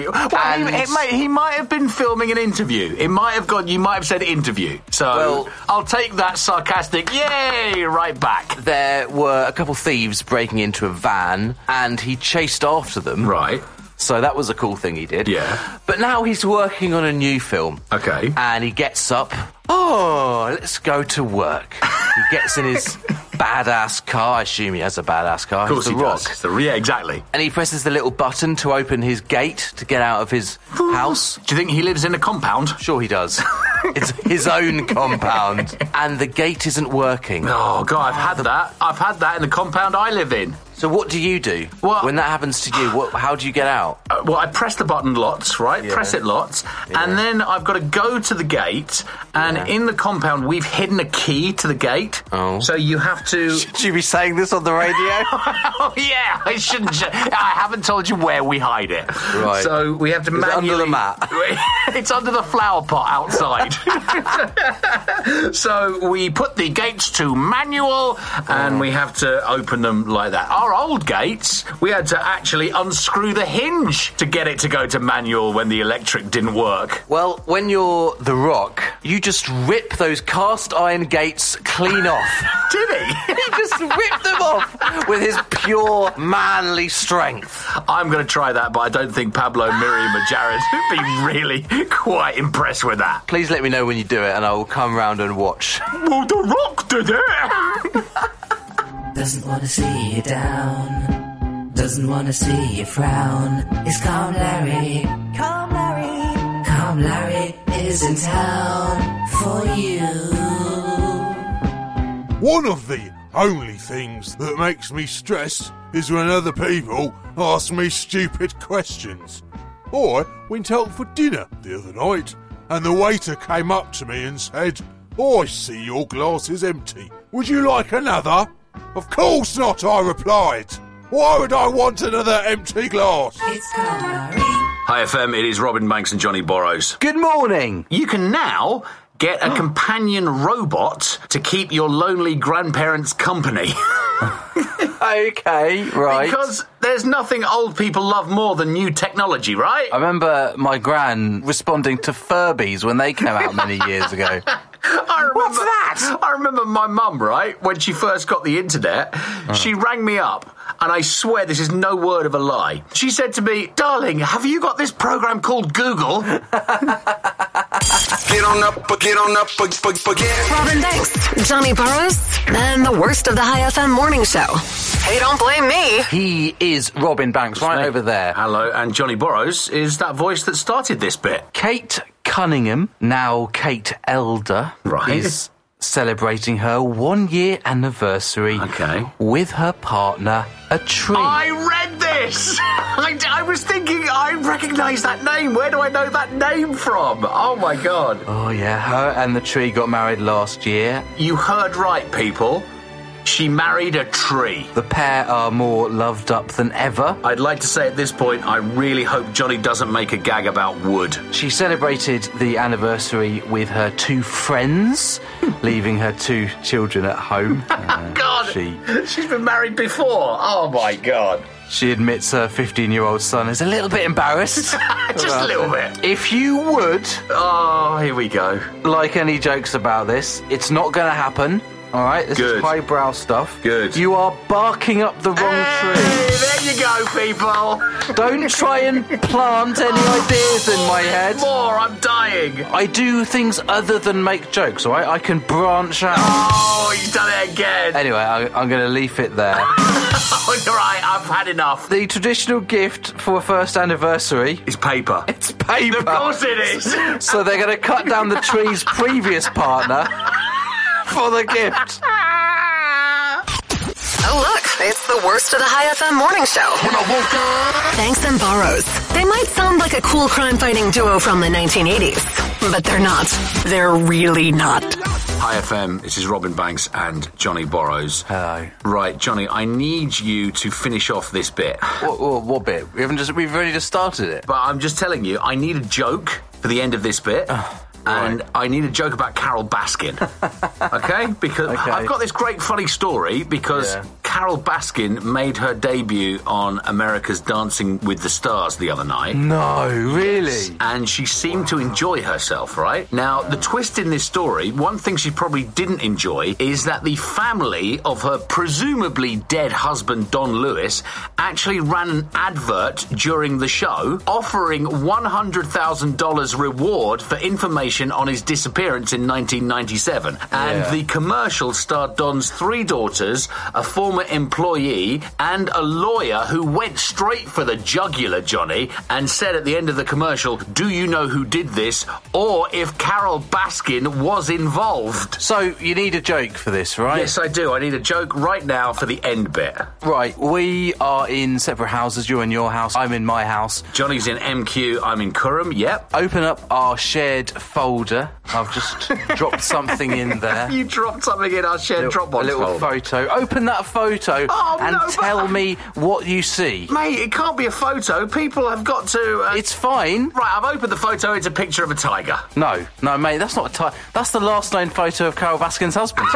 Speaker 3: Well, he,
Speaker 4: And-
Speaker 3: it might, he might have been filming an interview. It might have gone, you might have said interview. So
Speaker 4: Well-
Speaker 3: I'll take that sarcastic yay right back.
Speaker 4: there were a couple thieves breaking into a van, and he chased after them.
Speaker 3: Right.
Speaker 4: So that was a cool thing he did.
Speaker 3: Yeah.
Speaker 4: But now he's working on a new film.
Speaker 3: Okay.
Speaker 4: And he gets up. Oh, let's go to work. He gets in his badass car. I assume he has a badass car.
Speaker 3: Of course
Speaker 4: He's
Speaker 3: he
Speaker 4: the rock.
Speaker 3: does. It's the- yeah, exactly.
Speaker 4: And he presses the little button to open his gate to get out of his house.
Speaker 3: Do you think he lives in a compound?
Speaker 4: Sure, he does. it's his own compound. And the gate isn't working.
Speaker 3: Oh god, I've had that. I've had that in the compound I live in.
Speaker 4: So, what do you do?
Speaker 3: Well-
Speaker 4: when that happens to you, what, how do you get out?
Speaker 3: Uh, well, I press the button lots, right?
Speaker 4: Yeah.
Speaker 3: Press it lots,
Speaker 4: Yeah.
Speaker 3: and then I've got to go to the gate. And
Speaker 4: Yeah.
Speaker 3: in the compound, we've hidden a key to the gate.
Speaker 4: Oh.
Speaker 3: so you have to.
Speaker 4: Should you be saying this on the radio?
Speaker 3: oh yeah, I shouldn't. sh- I haven't told you where we hide it.
Speaker 4: Right.
Speaker 3: So we have to
Speaker 4: it
Speaker 3: manually.
Speaker 4: under the mat?
Speaker 3: it's under the flower pot outside. so we put the gates to manual, and we have to open them like that. Our old gates, we had to actually unscrew the hinge to get it to go to manual when the electric didn't work.
Speaker 4: Well, when you're The Rock, you just rip those cast iron gates clean off.
Speaker 3: Did he?
Speaker 4: he just ripped them off with his pure manly strength.
Speaker 3: I'm going to try that, but I don't think Pablo Miriam and Jared would be really quite impressed with that.
Speaker 4: Please let me know when you do it, and I will come round and watch.
Speaker 3: Well, The Rock did it!
Speaker 10: Doesn't wanna see you down. Doesn't wanna see you frown. It's Calm Larry. Calm Larry. Calm Larry is in town for you.
Speaker 11: One of the only things that makes me stress is when other people ask me stupid questions. I went out for dinner the other night, and the waiter came up to me and said, I see your glass is empty. Would you like another? Of course not, I replied. Why would I want another empty glass?
Speaker 3: Hi FM, it is Robin Banks and Johnny Borrows.
Speaker 4: Good morning.
Speaker 3: You can now get a companion robot to keep your lonely grandparents company.
Speaker 4: okay, right.
Speaker 3: Because there's nothing old people love more than new technology, right?
Speaker 4: I remember my gran responding to Furbies when they came out many years ago.
Speaker 3: I remember, What's that? I remember my mum, right, when she first got the internet,
Speaker 4: Uh-huh.
Speaker 3: she rang me up, and I swear this is no word of a lie. She said to me, Darling, have you got this program called Google?
Speaker 5: Get on up, but get on up, but, but, but get.
Speaker 1: Robin Banks, Johnny Burrows, and the worst of the High FM morning show. Hey, don't blame me.
Speaker 4: He is Robin Banks, right over there.
Speaker 3: Hello, and Johnny Borrows is that voice that started this bit.
Speaker 4: Kate Cunningham, now Kate Elder,
Speaker 3: Right.
Speaker 4: is celebrating her one year anniversary
Speaker 3: Okay.
Speaker 4: with her partner, a tree.
Speaker 3: I read this! I, I was thinking, I recognise that name. Where do I know that name from? Oh my god.
Speaker 4: Oh, yeah, her and the tree got married last year.
Speaker 3: You heard right, people. She married a tree.
Speaker 4: The pair are more loved up than ever.
Speaker 3: I'd like to say at this point, I really hope Johnny doesn't make a gag about wood.
Speaker 4: She celebrated the anniversary with her two friends, leaving her two children at home. Uh,
Speaker 3: Hmm. Oh, God!
Speaker 4: She,
Speaker 3: She's been married before. Oh my god.
Speaker 4: she admits her 15 year old son is a little bit embarrassed.
Speaker 3: Just a little bit.
Speaker 4: If you would
Speaker 3: Oh, here we go.
Speaker 4: like any jokes about this, it's not going to happen. All right, this
Speaker 3: Good.
Speaker 4: is highbrow stuff.
Speaker 3: Good.
Speaker 4: You are barking up the wrong
Speaker 3: Hey, there you go, people.
Speaker 4: tree. Don't try and plant any ideas in my head.
Speaker 3: More, I'm dying.
Speaker 4: I do things other than make jokes, all right? I can branch out.
Speaker 3: Oh, he's done it again.
Speaker 4: Anyway, I, I'm going to leaf it there.
Speaker 3: Oh, you're right, I've had enough.
Speaker 4: the traditional gift for a first anniversary
Speaker 3: It's paper.
Speaker 4: it's paper.
Speaker 3: Of course it is.
Speaker 4: So they're going to cut down the tree's previous partner for the gift.
Speaker 1: Oh, look, it's the worst of the High FM morning show. Banks and Burrows. They might sound like a cool crime fighting duo from the 1980s, but they're not. They're really not.
Speaker 3: Hi FM, this is Robin Banks and Johnny Borrows.
Speaker 4: Hello.
Speaker 3: Right, Johnny, I need you to finish off this bit.
Speaker 4: What, what, what bit? We haven't just, we've already just started it.
Speaker 3: But I'm just telling you, I need a joke for the end of this bit.
Speaker 4: Ah,
Speaker 3: And I need a joke about Carol Baskin. okay? Because
Speaker 4: Okay.
Speaker 3: I've got this great funny story because
Speaker 4: Yeah.
Speaker 3: Carol Baskin made her debut on America's Dancing with the Stars the other night.
Speaker 4: No, really?
Speaker 3: and she seemed to enjoy herself, right? Now, the twist in this story, one thing she probably didn't enjoy is that the family of her presumably dead husband, Don Lewis, actually ran an advert during the show offering $100,000 reward for information on his disappearance in 1997. And
Speaker 4: Yeah.
Speaker 3: the commercial starred Don's three daughters, a former employee, and a lawyer who went straight for the jugular, Johnny, and said at the end of the commercial, Do you know who did this? or if Carol Baskin was involved.
Speaker 4: So you need a joke for this, right?
Speaker 3: Yes, I do. I need a joke right now for the end bit.
Speaker 4: Right. We are in separate houses. You're in your house. I'm in my house.
Speaker 3: Johnny's in MQ, I'm in Curram, yep.
Speaker 4: Open up our shared folder. I've just dropped something in there.
Speaker 3: You dropped something in our shared
Speaker 4: Little-
Speaker 3: Dropbox
Speaker 4: a
Speaker 3: folder.
Speaker 4: little photo. Open that photo
Speaker 3: Oh,
Speaker 4: and
Speaker 3: no,
Speaker 4: tell
Speaker 3: but-
Speaker 4: me what you see.
Speaker 3: Mate, it can't be a photo. People have got to. Uh,
Speaker 4: It's fine.
Speaker 3: right. I've opened the photo. It's a picture of a tiger.
Speaker 4: No, no, mate, that's not a tie. That's the last known photo of Carol Baskin's husband.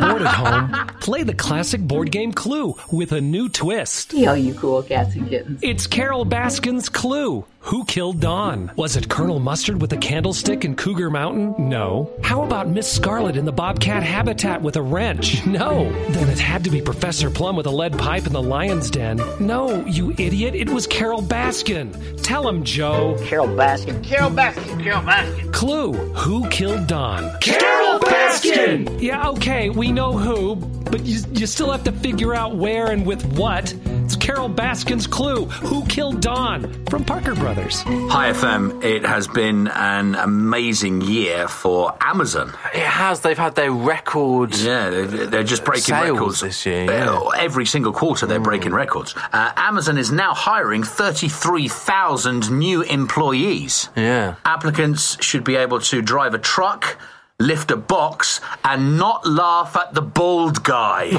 Speaker 14: Bored at home? Play the classic board game Clue with a new twist.
Speaker 15: Yo, Oh, you cool cats and kittens.
Speaker 14: It's Carol Baskin's Clue. Who killed Don? Was it Colonel Mustard with a candlestick in Cougar Mountain? No. How about Miss Scarlet in the Bobcat habitat with a wrench? No. Then it had to be Professor Plum with a lead pipe in the lion's den. No, you idiot, it was Carol Baskin. Tell him, Joe.
Speaker 15: Carol Baskin. Carol Baskin. Carol Baskin.
Speaker 14: Clue, who killed Don?
Speaker 15: Carol Baskin!
Speaker 14: Yeah, okay, we know who, but you, you still have to figure out where and with what. It's Carol Baskin's Clue Who Killed Don from Parker Brothers.
Speaker 3: Hi FM, it has been an amazing year for Amazon.
Speaker 4: It has. They've had their record.
Speaker 3: Yeah, they're, they're just breaking
Speaker 4: sales
Speaker 3: records
Speaker 4: this year. yeah. Mm.
Speaker 3: Uh, Every single quarter, they're breaking records. Uh, Amazon is now hiring 33,000 new employees.
Speaker 4: Yeah.
Speaker 3: Applicants should be able to drive a truck, lift a box, and not laugh at the bald guy.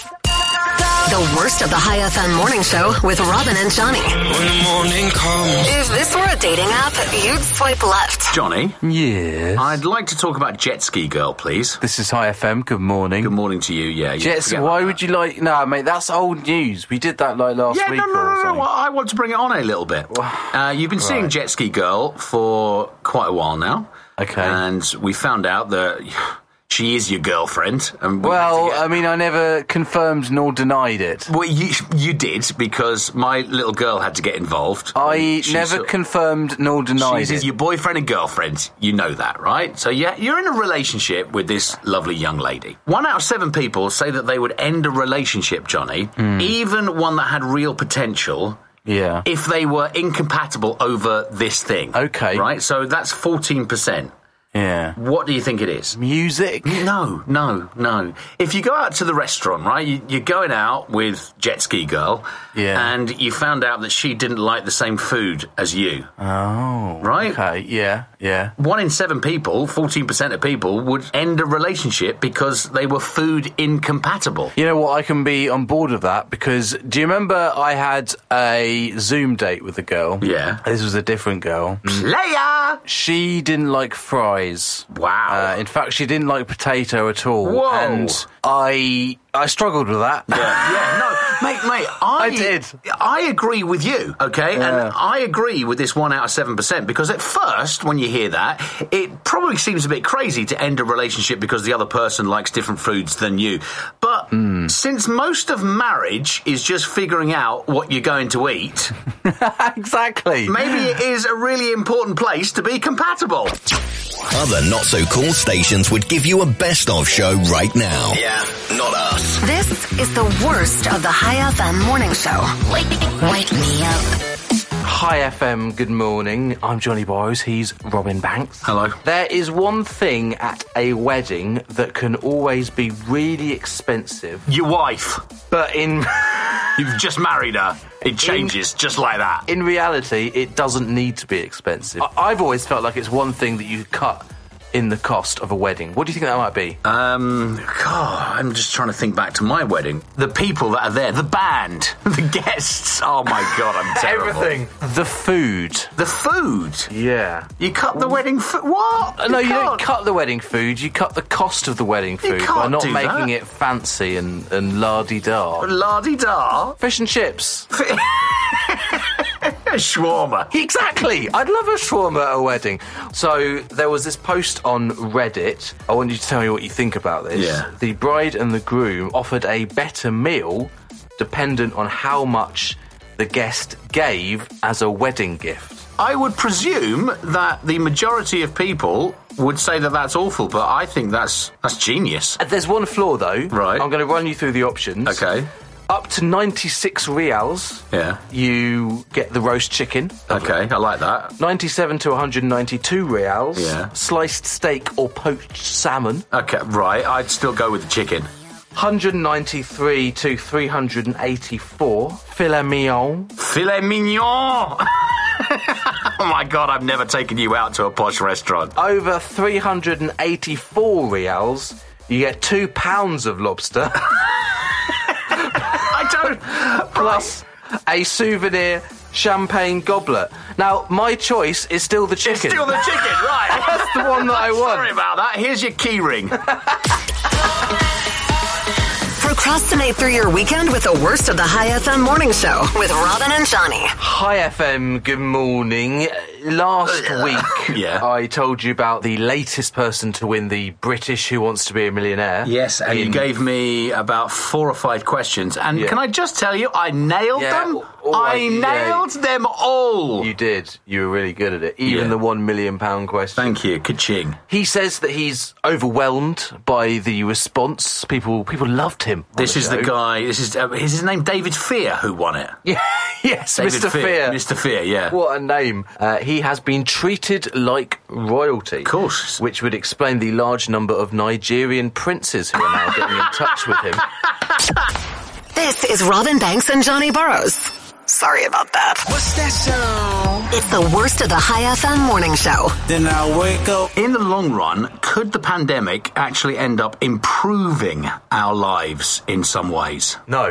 Speaker 1: The worst of the High FM morning show with Robin and Johnny.
Speaker 5: When the morning comes.
Speaker 1: If this were a dating app, you'd swipe left.
Speaker 3: Johnny?
Speaker 4: Yes.
Speaker 3: I'd like to talk about Jet Ski Girl, please.
Speaker 4: This is High FM. Good morning. Good
Speaker 3: morning to you. Yeah. you
Speaker 4: Jets,
Speaker 3: forget
Speaker 4: why would you like? No, mate, that's old news. We did that like last
Speaker 3: yeah,
Speaker 4: week
Speaker 3: no, no,
Speaker 4: or
Speaker 3: no, no,
Speaker 4: something.
Speaker 3: no. I want to bring it on a little bit. Uh, you've been seeing Jet Ski Girl for quite a while now.
Speaker 4: Okay.
Speaker 3: And we found out that she is your girlfriend. And we had to
Speaker 4: Well,
Speaker 3: get-
Speaker 4: I mean, I never confirmed nor denied it.
Speaker 3: well, you you did because my little girl had to get involved.
Speaker 4: I
Speaker 3: And she
Speaker 4: never
Speaker 3: sort-
Speaker 4: confirmed nor denied
Speaker 3: She's
Speaker 4: it.
Speaker 3: your boyfriend and girlfriend. You know that, right? So yeah, you're in a relationship with this lovely young lady. One out of seven people say that they would end a relationship, Johnny,
Speaker 4: Hmm.
Speaker 3: even one that had real potential,
Speaker 4: yeah.
Speaker 3: if they were incompatible over this thing.
Speaker 4: Okay.
Speaker 3: Right? So that's 14%.
Speaker 4: Yeah.
Speaker 3: What do you think it is?
Speaker 4: Music.
Speaker 3: No, no, no. If you go out to the restaurant, right, you, you're going out with Jet Ski Girl,
Speaker 4: Yeah.
Speaker 3: and you found out that she didn't like the same food as you,
Speaker 4: Oh.
Speaker 3: right?
Speaker 4: Okay. Yeah. Yeah.
Speaker 3: One in seven people, 14% of people, would end a relationship because they were food incompatible.
Speaker 4: You know what? I can be on board of that because do you remember I had a Zoom date with a girl?
Speaker 3: Yeah. Mm.
Speaker 4: This was a different girl.
Speaker 3: Player!
Speaker 4: She didn't like fries.
Speaker 3: Wow.
Speaker 4: Uh, in fact, she didn't like potato at all.
Speaker 3: Whoa.
Speaker 4: And I I struggled with that.
Speaker 3: Yeah, yeah, no, mate, mate. I,
Speaker 4: I did.
Speaker 3: I agree with you. Okay,
Speaker 4: Yeah.
Speaker 3: and I agree with this one out of seven percent because at first, when you hear that, it probably seems a bit crazy to end a relationship because the other person likes different foods than you. But since most of marriage is just figuring out what you're going to eat,
Speaker 4: exactly.
Speaker 3: maybe it is a really important place to be compatible.
Speaker 2: Other not so cool stations would give you a best of show right now. Yeah, not us.
Speaker 1: This is the worst of the High FM morning show. Wake, wake me up.
Speaker 4: Hi FM, good morning. I'm Johnny Boys, he's Robin Banks.
Speaker 3: Hello.
Speaker 4: There is one thing at a wedding that can always be really expensive,
Speaker 3: Your wife,
Speaker 4: but in
Speaker 3: you've just married her. It changes just like that.
Speaker 4: in reality, it doesn't need to be expensive. I- I've always felt like it's one thing that you cut in the cost of a wedding. What do you think that might be?
Speaker 3: Um, God, I'm just trying to think back to my wedding. The people that are there, the band, the guests. Oh my God, I'm terrible.
Speaker 4: The food.
Speaker 3: The food.
Speaker 4: Yeah.
Speaker 3: You cut the wedding food. What?
Speaker 4: Uh, No, you, don't
Speaker 3: can't.
Speaker 4: cut the wedding food. You cut the cost of the wedding food by
Speaker 3: can't
Speaker 4: not
Speaker 3: do
Speaker 4: making
Speaker 3: that.
Speaker 4: it fancy and and la di da.
Speaker 3: La di da.
Speaker 4: Fish and chips.
Speaker 3: Shawarma.
Speaker 4: Exactly. I'd love a shawarma at a wedding. So there was this post on Reddit. I want you to tell me what you think about this.
Speaker 3: Yeah.
Speaker 4: The bride and the groom offered a better meal dependent on how much the guest gave as a wedding gift.
Speaker 3: I would presume that the majority of people would say that that's awful, but I think that's that's genius.
Speaker 4: Uh, There's one flaw though.
Speaker 3: Right.
Speaker 4: I'm going to run you through the options.
Speaker 3: Okay.
Speaker 4: Up to 96 reals,
Speaker 3: Yeah.
Speaker 4: you get the roast chicken.
Speaker 3: Okay, I like that.
Speaker 4: 97 to 192 reals,
Speaker 3: Yeah.
Speaker 4: sliced steak or poached salmon.
Speaker 3: Okay, right. I'd still go with the chicken.
Speaker 4: 193 to 384. Filet mignon.
Speaker 3: Filet mignon. oh my god, I've never taken you out to a posh restaurant.
Speaker 4: Over 384 reals, you get two pounds of lobster,
Speaker 3: I don't.
Speaker 4: plus a souvenir champagne goblet. Now, my choice is still the chicken.
Speaker 3: It's still the chicken, right?
Speaker 4: That's the one that I want.
Speaker 3: Sorry about that. Here's your key ring.
Speaker 1: Procrastinate through your weekend with the worst of the High FM morning show with Robin and Johnny.
Speaker 4: Hi FM, good morning. last week, I told you about the latest person to win the British Who Wants to Be a Millionaire.
Speaker 3: Yes, and you
Speaker 4: in-
Speaker 3: gave me about four or five questions. And
Speaker 4: Yeah.
Speaker 3: can I just tell you, I nailed
Speaker 4: Yeah,
Speaker 3: them?
Speaker 4: all
Speaker 3: I
Speaker 4: right, yeah.
Speaker 3: nailed them all.
Speaker 4: You did. You were really good at it. Even
Speaker 3: Yeah.
Speaker 4: the one million pound question.
Speaker 3: Thank you. Ka-ching.
Speaker 4: He says that he's overwhelmed by the response. People, people loved him. on
Speaker 3: This is the
Speaker 4: show.
Speaker 3: guy. This is, uh, is his name David Fear who won it.
Speaker 4: Yeah, yes,
Speaker 3: David
Speaker 4: Mr. Fear.
Speaker 3: Mr. Fear, yeah.
Speaker 4: What a name. Uh, he has been treated like royalty. Of
Speaker 3: course.
Speaker 4: Which would explain the large number of Nigerian princes who are now getting in touch with him.
Speaker 1: This is Robin Banks and Johnny Burrows. Sorry about that. What's that sound? It's the worst of the High FM morning show.
Speaker 3: Then I wake up. In the long run, could the pandemic actually end up improving our lives in some ways?
Speaker 4: No.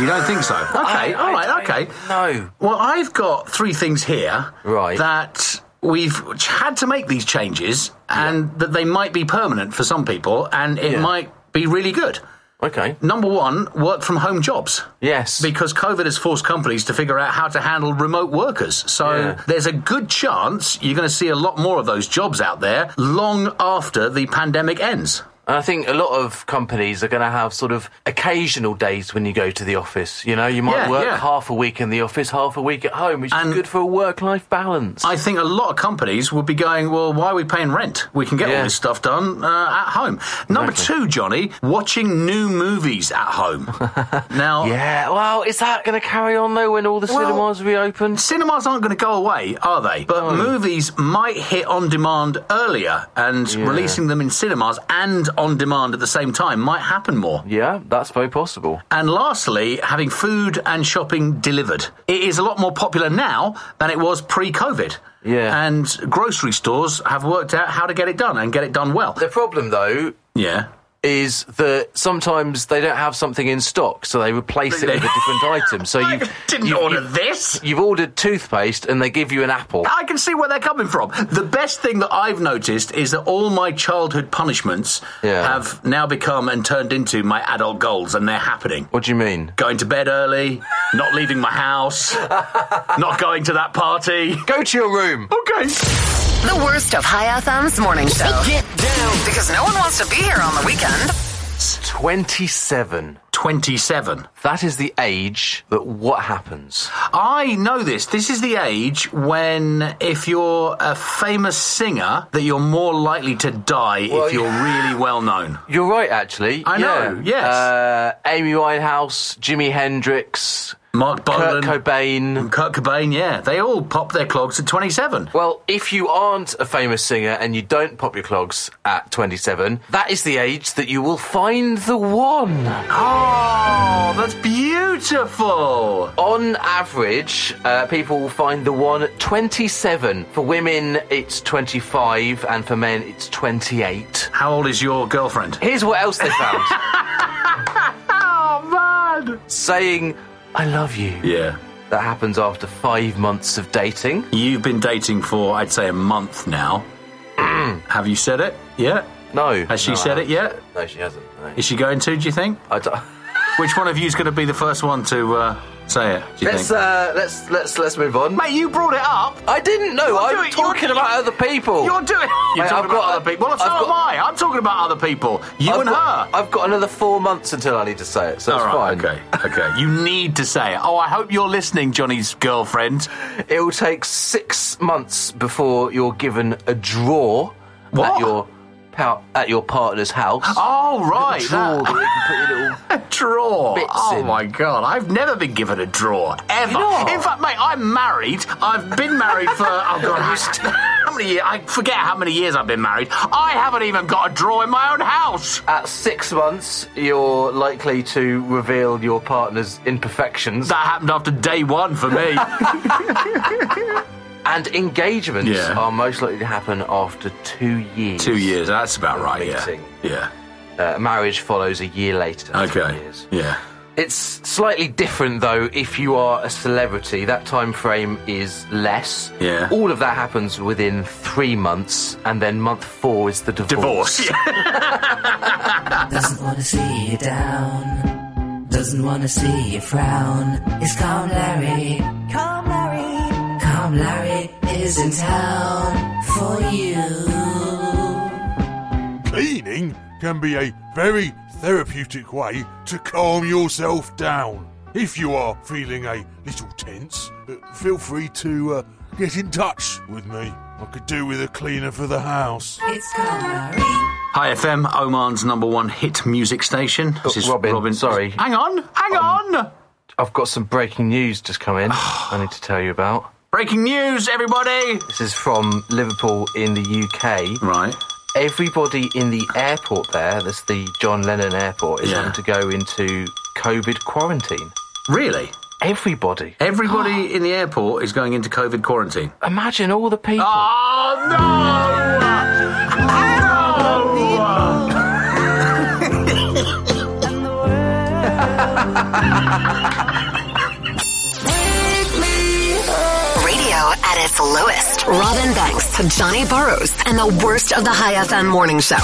Speaker 3: You don't think so? Okay,
Speaker 4: I-
Speaker 3: all
Speaker 4: I
Speaker 3: right, okay.
Speaker 4: No.
Speaker 3: Well, I've got three things here.
Speaker 4: Right.
Speaker 3: That we've ch- had to make these changes and that they might be permanent for some people and it
Speaker 4: Yeah.
Speaker 3: might be really good.
Speaker 4: Okay.
Speaker 3: Number one, work from home jobs.
Speaker 4: Yes.
Speaker 3: Because COVID has forced companies to figure out how to handle remote workers. So
Speaker 4: Yeah.
Speaker 3: there's a good chance you're going to see a lot more of those jobs out there long after the pandemic ends.
Speaker 4: And I think a lot of companies are going to have sort of occasional days when you go to the office. You know, you might
Speaker 3: Yeah,
Speaker 4: work
Speaker 3: yeah.
Speaker 4: half a week in the office, half a week at home, which is good for a work life balance.
Speaker 3: I think a lot of companies would be going, well, why are we paying rent? We can get all
Speaker 4: Yeah.
Speaker 3: this stuff done uh, at home. Number two, Johnny, watching new movies at home. now,
Speaker 4: yeah, well, is that going to carry on though when all the
Speaker 3: Well,
Speaker 4: cinemas reopen?
Speaker 3: cinemas aren't going to go away, are they? But movies might hit on demand earlier, and
Speaker 4: Yeah.
Speaker 3: releasing them in cinemas and on demand at the same time might happen more.
Speaker 4: Yeah, that's very possible.
Speaker 3: And lastly, having food and shopping delivered. It is a lot more popular now than it was pre COVID.
Speaker 4: Yeah.
Speaker 3: And grocery stores have worked out how to get it done and get it done well.
Speaker 4: The problem though
Speaker 3: Yeah.
Speaker 4: is that sometimes they don't have something in stock, so they replace it with a different item. So you
Speaker 3: Didn't order this.
Speaker 4: You've ordered toothpaste and they give you an apple.
Speaker 3: I can see where they're coming from. The best thing that I've noticed is that all my childhood punishments
Speaker 4: Yeah.
Speaker 3: have now become and turned into my adult goals, and they're happening.
Speaker 4: What do you mean?
Speaker 3: Going to bed early, not leaving my house, not going to that party.
Speaker 4: Go to your room.
Speaker 3: Okay.
Speaker 1: The worst of High FM's morning show.
Speaker 3: Get
Speaker 1: down. Because no one wants to be here on the weekend.
Speaker 4: 27.
Speaker 3: 27.
Speaker 4: That is the age that what happens?
Speaker 3: I know this. This is the age when, if you're a famous singer, that you're more likely to die
Speaker 4: Well,
Speaker 3: if you're really well known.
Speaker 4: You're right, actually.
Speaker 3: I know, yes.
Speaker 4: Uh, Amy Winehouse, Jimi Hendrix,
Speaker 3: Mark Bolan,
Speaker 4: Kurt Cobain.
Speaker 3: Kurt Cobain, yeah, they all popped their clogs at 27.
Speaker 4: Well, if you aren't a famous singer and you don't pop your clogs at 27, that is the age that you will find the one.
Speaker 3: Oh, that's beautiful.
Speaker 4: On average, uh, people will find the one at 27. For women, it's 25, and for men, it's 28.
Speaker 3: How old is your girlfriend?
Speaker 4: Here's what else they found
Speaker 3: Oh, man.
Speaker 4: saying, I love you.
Speaker 3: Yeah.
Speaker 4: That happens after five months of dating.
Speaker 3: You've been dating for, I'd say, a month now. Have you said it yet?
Speaker 4: No.
Speaker 3: Has she
Speaker 4: Mm. No, I
Speaker 3: said it
Speaker 4: haven't.
Speaker 3: yet?
Speaker 4: No, she hasn't. No.
Speaker 3: Is she going to, do you think?
Speaker 4: I don't-
Speaker 3: Which one of you is going to be the first one to uh, say it, do you
Speaker 4: Let's
Speaker 3: think?
Speaker 4: uh, let's let's let's move on.
Speaker 3: Mate, you brought it up.
Speaker 4: I didn't know. uh, I'm
Speaker 3: doing- you're-
Speaker 4: talking about other people.
Speaker 3: You're doing. You're
Speaker 4: Mate,
Speaker 3: talking
Speaker 4: I've
Speaker 3: about
Speaker 4: got-
Speaker 3: other people. Well, so
Speaker 4: I've
Speaker 3: am
Speaker 4: got-
Speaker 3: I. I'm talking about other people. You
Speaker 4: I've
Speaker 3: and
Speaker 4: got,
Speaker 3: her.
Speaker 4: I've got another four months until I need to say it, so it's
Speaker 3: All right,
Speaker 4: fine.
Speaker 3: Okay. Okay. You need to say it. Oh, I hope you're listening, Johnny's girlfriend.
Speaker 4: It will take six months before you're given a draw
Speaker 3: What?
Speaker 4: at your pa- at your partner's house.
Speaker 3: Oh, right.
Speaker 4: draw
Speaker 3: that-
Speaker 4: that you can put your little
Speaker 3: a draw.
Speaker 4: Bits
Speaker 3: oh
Speaker 4: in.
Speaker 3: my god, I've never been given a draw ever.
Speaker 4: You're not?
Speaker 3: In fact, mate, I'm married. I've been married for oh god, I- how many years? I forget how many years I've been married. I haven't even got a draw in my own house.
Speaker 4: At six months, you're likely to reveal your partner's imperfections.
Speaker 3: That happened after day one for me.
Speaker 4: and engagements
Speaker 3: Yeah.
Speaker 4: are most likely to happen after two years.
Speaker 3: Two years. That's about right. Yeah.
Speaker 4: Amazing.
Speaker 3: Yeah.
Speaker 4: Uh, marriage follows a year later. after two
Speaker 3: Okay.
Speaker 4: years.
Speaker 3: Yeah.
Speaker 4: It's slightly different though if you are a celebrity. That time frame is less.
Speaker 3: Yeah.
Speaker 4: All of that happens within three months, and then month four is the divorce.
Speaker 3: Divorce.
Speaker 10: Doesn't wanna see you down. Doesn't wanna see you frown. It's calm Larry. Calm Larry. Calm Larry is in town for you.
Speaker 11: Cleaning can be a very therapeutic way to calm yourself down. If you are feeling a little tense, uh, feel free to uh, get in touch with me. I could do with a cleaner for the house.
Speaker 10: It's Calvary.
Speaker 3: Hi FM, Oman's number one hit music station. This is Robin. Sorry. Um, Hang on, hang on.
Speaker 4: I've got some breaking news just come in. I need to tell you about.
Speaker 3: Breaking news, everybody!
Speaker 4: This is from Liverpool in the UK.
Speaker 3: Right.
Speaker 4: Everybody in the airport there, that's the John Lennon Airport, is
Speaker 3: Yeah.
Speaker 4: having to go into COVID quarantine.
Speaker 3: Really?
Speaker 4: Everybody.
Speaker 3: Everybody in the airport is going into COVID quarantine.
Speaker 4: Imagine all the people.
Speaker 3: Oh,
Speaker 1: Radio at its lowest. Robin Banks, Johnny Burrows, and the worst of the High FM morning show.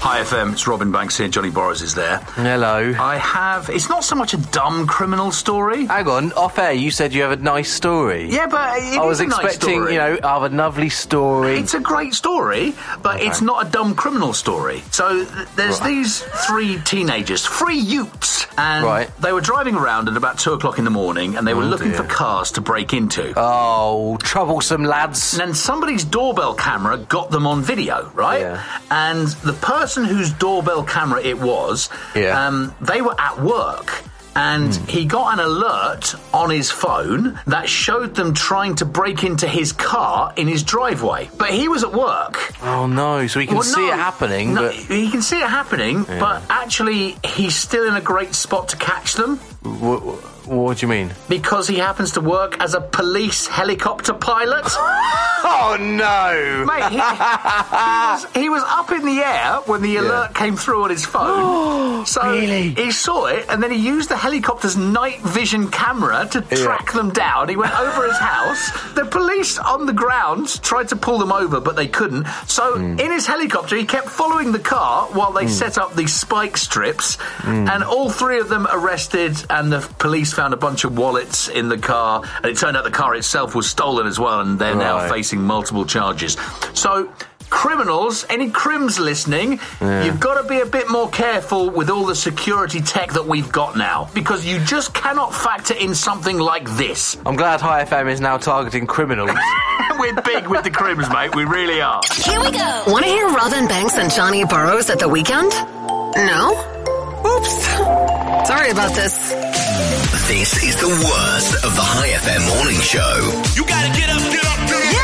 Speaker 3: Hi FM, it's Robin Banks here. Johnny Borrows is there.
Speaker 4: Hello.
Speaker 3: I have. It's not so much a dumb criminal story.
Speaker 4: Hang on, off air, you said you have a nice story.
Speaker 3: Yeah, but it
Speaker 4: I was
Speaker 3: is a nice
Speaker 4: expecting,
Speaker 3: story.
Speaker 4: you know, I have a lovely story.
Speaker 3: It's a great story, but it's not a dumb criminal story. So th- there's these three teenagers, three utes, and they were driving around at about two o'clock in the morning, and they were
Speaker 4: Oh,
Speaker 3: looking
Speaker 4: dear.
Speaker 3: for cars to break into.
Speaker 4: Oh, troublesome lads.
Speaker 3: And somebody's doorbell camera got them on video, right? And the person whose doorbell camera it was, um, they were at work. And
Speaker 4: Hmm.
Speaker 3: he got an alert on his phone that showed them trying to break into his car in his driveway. But he was at work.
Speaker 4: Oh no, so we can
Speaker 3: Well,
Speaker 4: see
Speaker 3: no,
Speaker 4: it happening,
Speaker 3: no,
Speaker 4: but
Speaker 3: he can see it happening,
Speaker 4: Yeah.
Speaker 3: but actually, he's still in a great spot to catch them
Speaker 4: what, what do you mean?
Speaker 3: because he happens to work as a police helicopter pilot.
Speaker 4: oh no,
Speaker 3: mate! He, he was, he was up in the air when the alert came through on his phone. so he saw it, and then he used the helicopter's night vision camera to track them down. He went over his house. The police on the ground tried to pull them over, but they couldn't. So in his helicopter, he kept following the car while they set up these spike strips, and all three of them arrested. And the police found a bunch of wallets in the car, and it turned out the car itself was stolen as well, and they're now
Speaker 4: Right.
Speaker 3: facing facing multiple charges. So, criminals, any crims listening,
Speaker 4: Yeah.
Speaker 3: you've got to be a bit more careful with all the security tech that we've got now because you just cannot factor in something like this.
Speaker 4: I'm glad High FM is now targeting criminals.
Speaker 3: We're big with the crims, mate. We really are.
Speaker 1: Here we go. Want to hear Robin Banks and Johnny Burrows at the weekend? No? Oops. Sorry about this.
Speaker 2: This is the worst of the High FM morning show.
Speaker 1: You gotta get up, get up, get up.